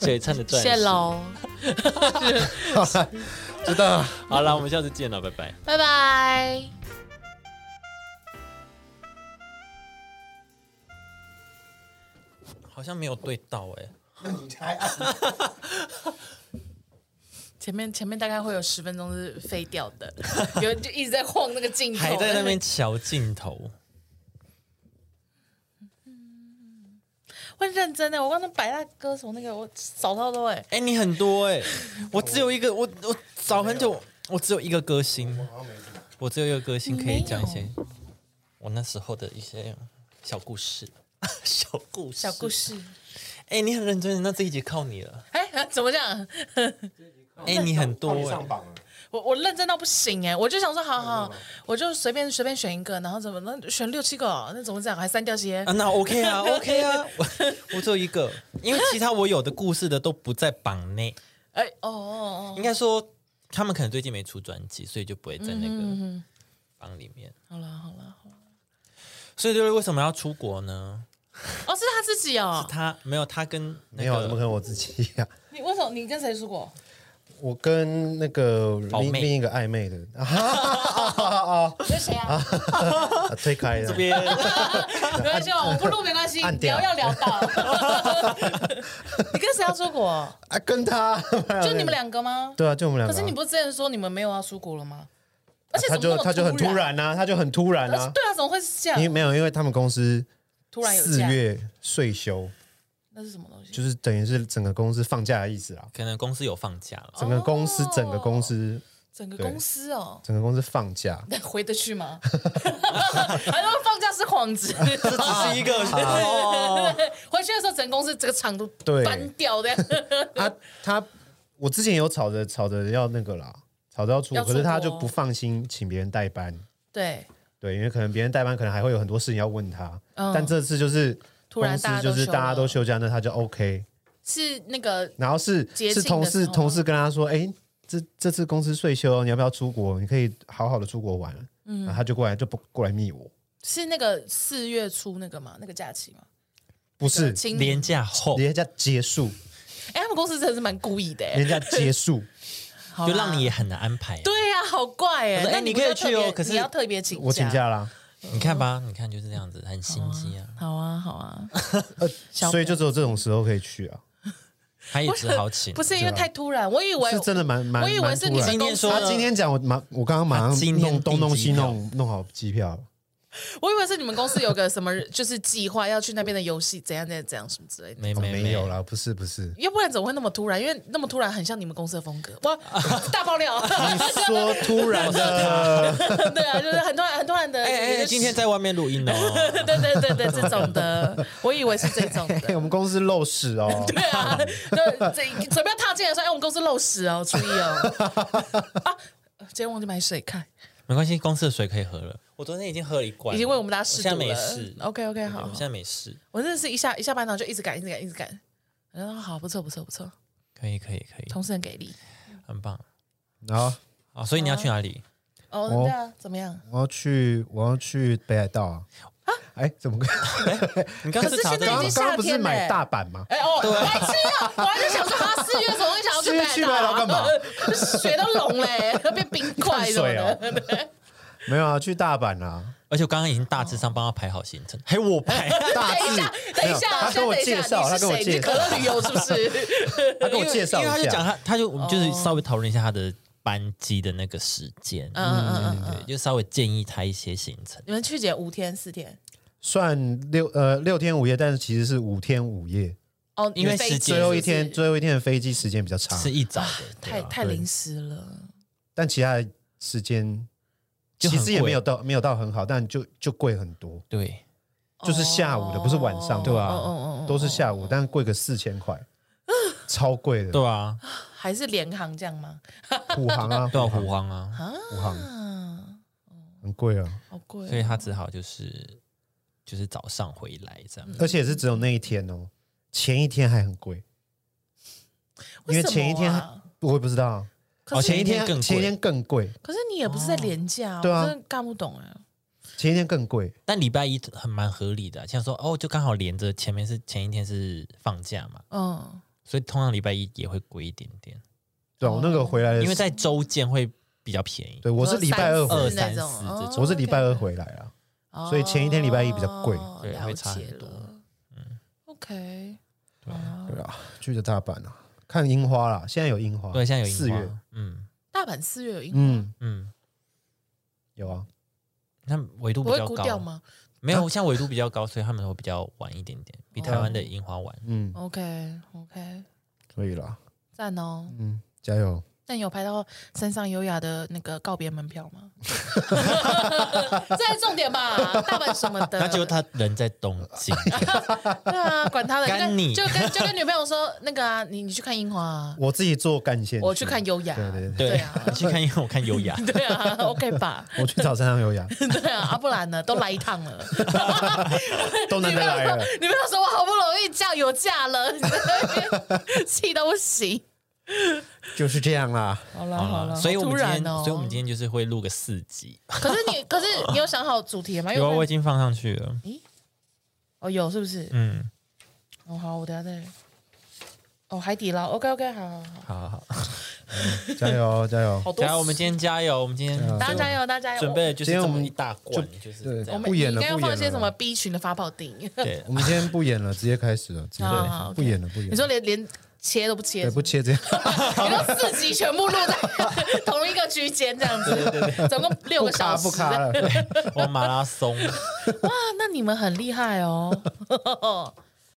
A: 璀璨的钻石。
B: 谢喽，
C: 知道，
A: 好了，我们下次见了，拜拜。
B: 拜拜。
A: 好像没有对到哎、
B: 前面前面大概会有十分钟是飞掉 的，有人就一直在晃那个镜头，
A: 还在那边瞧镜头。
B: 会认真欸的、我刚才百大歌手那个我找到都哎、
A: 哎、你很多 哎、我只有一个，我我找很久，我只有一个歌星，我只有一个歌星可以讲一些我那时候的一些小故 事，小故事，
B: 小故。事。
A: 哎、你很认真，那这一节靠你了。
B: 哎、怎么讲？哦
A: 哎、你很多哎、
C: 榜了。
B: 我我认真到不行哎、我就想说，好好，
A: 嗯
B: 我就随便随便选一个，然后怎么那选六七个哦，那怎么讲？还删掉些
A: 啊，？那 OK 啊，OK 啊，我我只有一个，因为其他我有的故事的都不在榜内。
B: 哎、哦哦
A: 应该说他们可能最近没出专辑，所以就不会在那
B: 嗯
A: 个榜里面。
B: 哦，好了好了好了，
A: 所以就是为什么要出国呢？
B: 哦是他自己哦，
A: 他没有，他跟那
C: 没有，怎么可
A: 个
C: 能我自己呀？
B: 你为什么你跟谁出国？
C: 我跟那个
A: 宝
C: 另
A: 妹
C: 另一个暧昧的啊啊啊啊
B: 你跟谁啊？
C: 啊，推开
A: 这
C: 的，
A: 边
B: 没关系，我不录没关系
C: 按，掉
B: 聊要聊到。 你跟谁要出国？
C: 啊，跟他，
B: 就你们两个吗？
C: 对啊，就我们两
B: 可
C: 个啊。
B: 是你不是之前说你们没有要出国了吗？而
C: 啊
B: 且
C: 他
B: 怎么那
C: 就
B: 么
C: 他就很突，然呐，他就很突然
B: 而且
C: 啊。
B: 对啊，怎么会是这
C: 因为
B: 样？
C: 没有，因为他们公司
B: 突然有
C: 四
B: 假，
C: 月税休，
B: 那是什么东西？
C: 就是等于是整个公司放假的意思啦。
A: 可能公司有放假了，
C: 整个公司
B: 哦，
C: 整个公司，
B: 整个
C: 对
B: 公司哦。
C: 整个公司放假。
B: 回得去 吗？ 还说放假是幌子，
A: 这只是一
B: 哦
A: 个哦，
B: 回去的时候整公司这个厂都
C: 对
B: 搬掉的。
C: 啊，他我之前有吵着吵着要那个啦，吵着要出国，
B: 要出
C: 可
B: 国
C: 是他就不放心请别人代班，
B: 对，
C: 对，因为可能别人代班可能还会有很多事情要问他，
B: 嗯
C: 但这次就是
B: 突然
C: 公司
B: 大家都
C: 就是
B: 休
C: 大家都
B: 了
C: 休假，那他就 OK。
B: 是那个
C: 然后是
B: 接
C: 是
B: 近
C: 同
B: 的时
C: 事
B: 候
C: 同事跟他说，哎，这这次公司税休，你要不要出国？你可以好好的出国玩。嗯，然后他就过来就不过来密我，
B: 是那个四月初那个嘛，那个假期嘛，
C: 不是
B: 清
A: 廉价后
C: 人家结束，
B: 哎、他们公司真的是蛮故意的、欸，
C: 人家 结束，
B: 好啦
A: 就让你也很难安排啊。
B: 对呀、好怪哎、
A: 我说
B: 那
A: 哎你
B: 不是
A: 可以
B: 要特
A: 去哦
B: 别
A: 可是
B: 你要特别请
C: 我请假啦。
A: 你看吧，你看就是这样子，很心机啊。
B: 好啊，好啊，
C: 呃，
B: 小
C: 所以就只有这种时候可以去啊。
A: 他也只好 请，
B: 不是因为太突然，我以为
C: 是真的蛮蛮
B: 我以为是
C: 蛮
B: 你
C: 突然
B: 们
A: 今
B: 公
A: 天
B: 司
A: 说
C: 他今天讲，我马我刚刚马
A: 他今
C: 上
A: 天
C: 弄东
A: 订
C: 弄
A: 机
C: 西
A: 票
C: 弄弄好机票了，
B: 我以为是你们公司有个什么，就是计划要去那边的游戏，怎样怎样怎样什么之类的。
A: 没
D: 哦
A: 没
D: 没有，啦，不是不是，
B: 要不然怎么会那么突然？因为那么突然很像你们公司的风格。 哇，大爆料！
C: 说突然的，
B: 对啊，就是很突然，很突然的。
A: 哎哎，哎今天在外面录音哦，
B: 对对对对，这种的，我以为是这种
C: 哎，我
B: 的。
C: 们公司漏屎哦，
B: 对啊，就这准备要踏进来说，哎，我们公司漏屎哦，注意哦。啊，今天忘记买水，看
A: 没关系，公司的水可以喝了。我昨天已经喝了一罐了，
B: 已经为我们大家试
A: 我现在
B: 毒
A: 没
B: 了
A: 事。
B: OK OK，
A: 对
B: 好
A: 我，现在没事，
B: 我真的是一下一下班，然后就一直赶，一直赶，一直赶。然后好，不错不错不错，
A: 可以可以可以，
B: 同事很给力。
A: 很棒。
C: 然后
A: 啊，所以你要去哪里？
B: 哦，
C: 哦
B: 对啊，怎么样？
C: 我要去，我要去北海道啊！哎，怎么个？
A: 你刚刚
B: 可是
A: 查
B: 现在
A: 到
B: 已
C: 刚
B: 经
C: 刚不是
B: 夏天嘞
C: 买大阪吗？
B: 哎哦，白痴啊！我还在想说，他四月怎么会想要去啊
C: 四月去
B: 北
C: 北海
B: 岛
C: 道干嘛？
B: 雪都融嘞，要变冰块什么 的。
C: 没有啊，去大阪啊！
A: 而且我刚刚已经大致上帮他排好行程，还有我排。
C: 大
B: 等一
C: 致
B: 下，等一下，
C: 啊他跟
B: 先
C: 我
B: 等一下，
C: 介绍，
B: 你
C: 他
B: 是
C: 跟我
B: 谁？你
C: 介
B: 是
C: 绍
B: 可，乐旅游是不是？
C: 他跟我介绍
A: 因为他
C: 一
A: 就讲
C: 下。
A: 他，他就我们就是
B: 哦
A: 稍微讨论一下他的班机的那个时间，
B: 嗯嗯嗯嗯
A: 嗯，对，就稍微建议他一些行 程。
B: 你们去几五天四天？
C: 算六呃六天五夜，但是其实是五天五夜，
B: 哦，
A: 因为
B: 你飞
A: 时
B: 机
A: 间
C: 最后一
B: 是
C: 天
B: 不是
C: 最后一天的飞机时间比较长，
A: 是一早的，
B: 太太
C: 对
B: 临时了。
C: 但其他的时间
A: 就
C: 其
A: 很
C: 实也
A: 贵
C: 没有到没有到很好，但就就贵很多，
A: 对，
C: 就是下午的，不是晚上，
A: 哦对啊
B: 哦
C: 都是下午，但贵个四 千块，超贵的。
A: 对啊，
B: 还是联航这样吗？
C: 虎航啊，
A: 对啊，虎航 啊，
B: 啊，
C: 虎航很贵啊，
B: 好贵哦，
A: 所以他只好就是就是早上回来这样。
C: 而且是只有那一天哦，前一天还很贵，因为
B: 什么
C: 前一天
B: 啊
C: 我也不知道啊。
A: 哦，前一天更
C: 前一
A: 贵，
C: 天更贵，
B: 可是你也不是在廉价，哦
C: 对啊
B: 我真的看不懂哎。
C: 前一天更贵，
A: 但礼拜一很蛮合理的啊，像说哦，就刚好连着前面是前一天是放假嘛，
B: 嗯，
A: 所以通常礼拜一也会贵一点点，
C: 对啊我那个回来的，
A: 哦因为在周间会比较便宜。
C: 对我是礼拜二
A: 二
C: 回，啊
A: 三四
B: 那种
A: 这种
C: 我是礼拜二回来啊，
B: 哦
C: 所以前一天礼拜一比较贵
B: 哦
A: 对
B: 了
A: 会差
B: 解
A: 很多嗯
B: 了 OK，哦
C: 对啊，去的大阪啊，看樱花啦，现在有樱花，
A: 对，现在有
C: 四
A: 樱花
C: 月，
A: 嗯
B: 大阪四月有樱花，
C: 嗯，
A: 嗯，
C: 有啊，
A: 那纬度
B: 不
A: 比
B: 会
A: 较
B: 估
A: 高，
B: 掉
A: 啊
B: 吗
A: 没有，像纬度比较高，所以他们会比较晚一点点，比台湾的樱花晚。
C: 嗯，
B: ？OK OK，
C: 可以啦，
B: 赞哦。
C: 嗯，加油，
B: 那你有拍到山上优雅的那个告别门票 吗？这才重点吧，大阪什么的。
A: 那就他人在东京，
B: 对啊，管他的，就
A: 干
B: 跟
A: 你
B: 就跟就跟女朋友说那个啊，你你去看樱花啊，
C: 我自己做干线，
B: 我去看，优雅。
C: 对对对，
A: 对
B: 啊，
A: 你去看，因为我看优雅，
B: 对啊，OK 吧？
C: 我去找山上优 雅，
B: 对啊，啊不然呢，都来一趟了。
C: 都难得来了，
B: 你不要说我好不容易嫁有嫁了，你在那边气到不行。
C: 就是这样啦，
B: 好了
A: 好了，所以我们
B: 突
A: 今
B: 然
A: 天，
B: 哦，
A: 所以我们今天就是会录个四集，
B: 可是你，可是你有想好主题吗？因
A: 有啊，我
B: 为
A: 已经放上去了，
B: 哦有是不是？
A: 嗯，
B: 哦好，我等下再。哦海底捞，OK OK，好好好，
A: 好好，好
C: 加 油加油，
B: 好多啊
A: 大家我们今天加油，我们今天
B: 大家加油，大家加油。
A: 准备的就是
C: 今天
A: 这
C: 我们
A: 么一大罐，就是
C: 对
A: 这
B: 我
A: 样
B: 们
C: 不演了
B: 你应该要
C: 不
B: 放
C: 演
B: 一些
C: 了
B: 什么 B 群的发泡锭。
A: 对
C: 我。们今天不演了，直接开始了，直接
B: 好好好
C: 不演了不演了，
B: 你说连连切都不切
C: 对，不切这样，
B: 你说四集全部录在同一个区间这样子，总共六
C: 不
B: 个小
C: 卡
B: 时。
C: 不卡了，
A: 我马拉松，
B: 啊，那你们很厉害哦。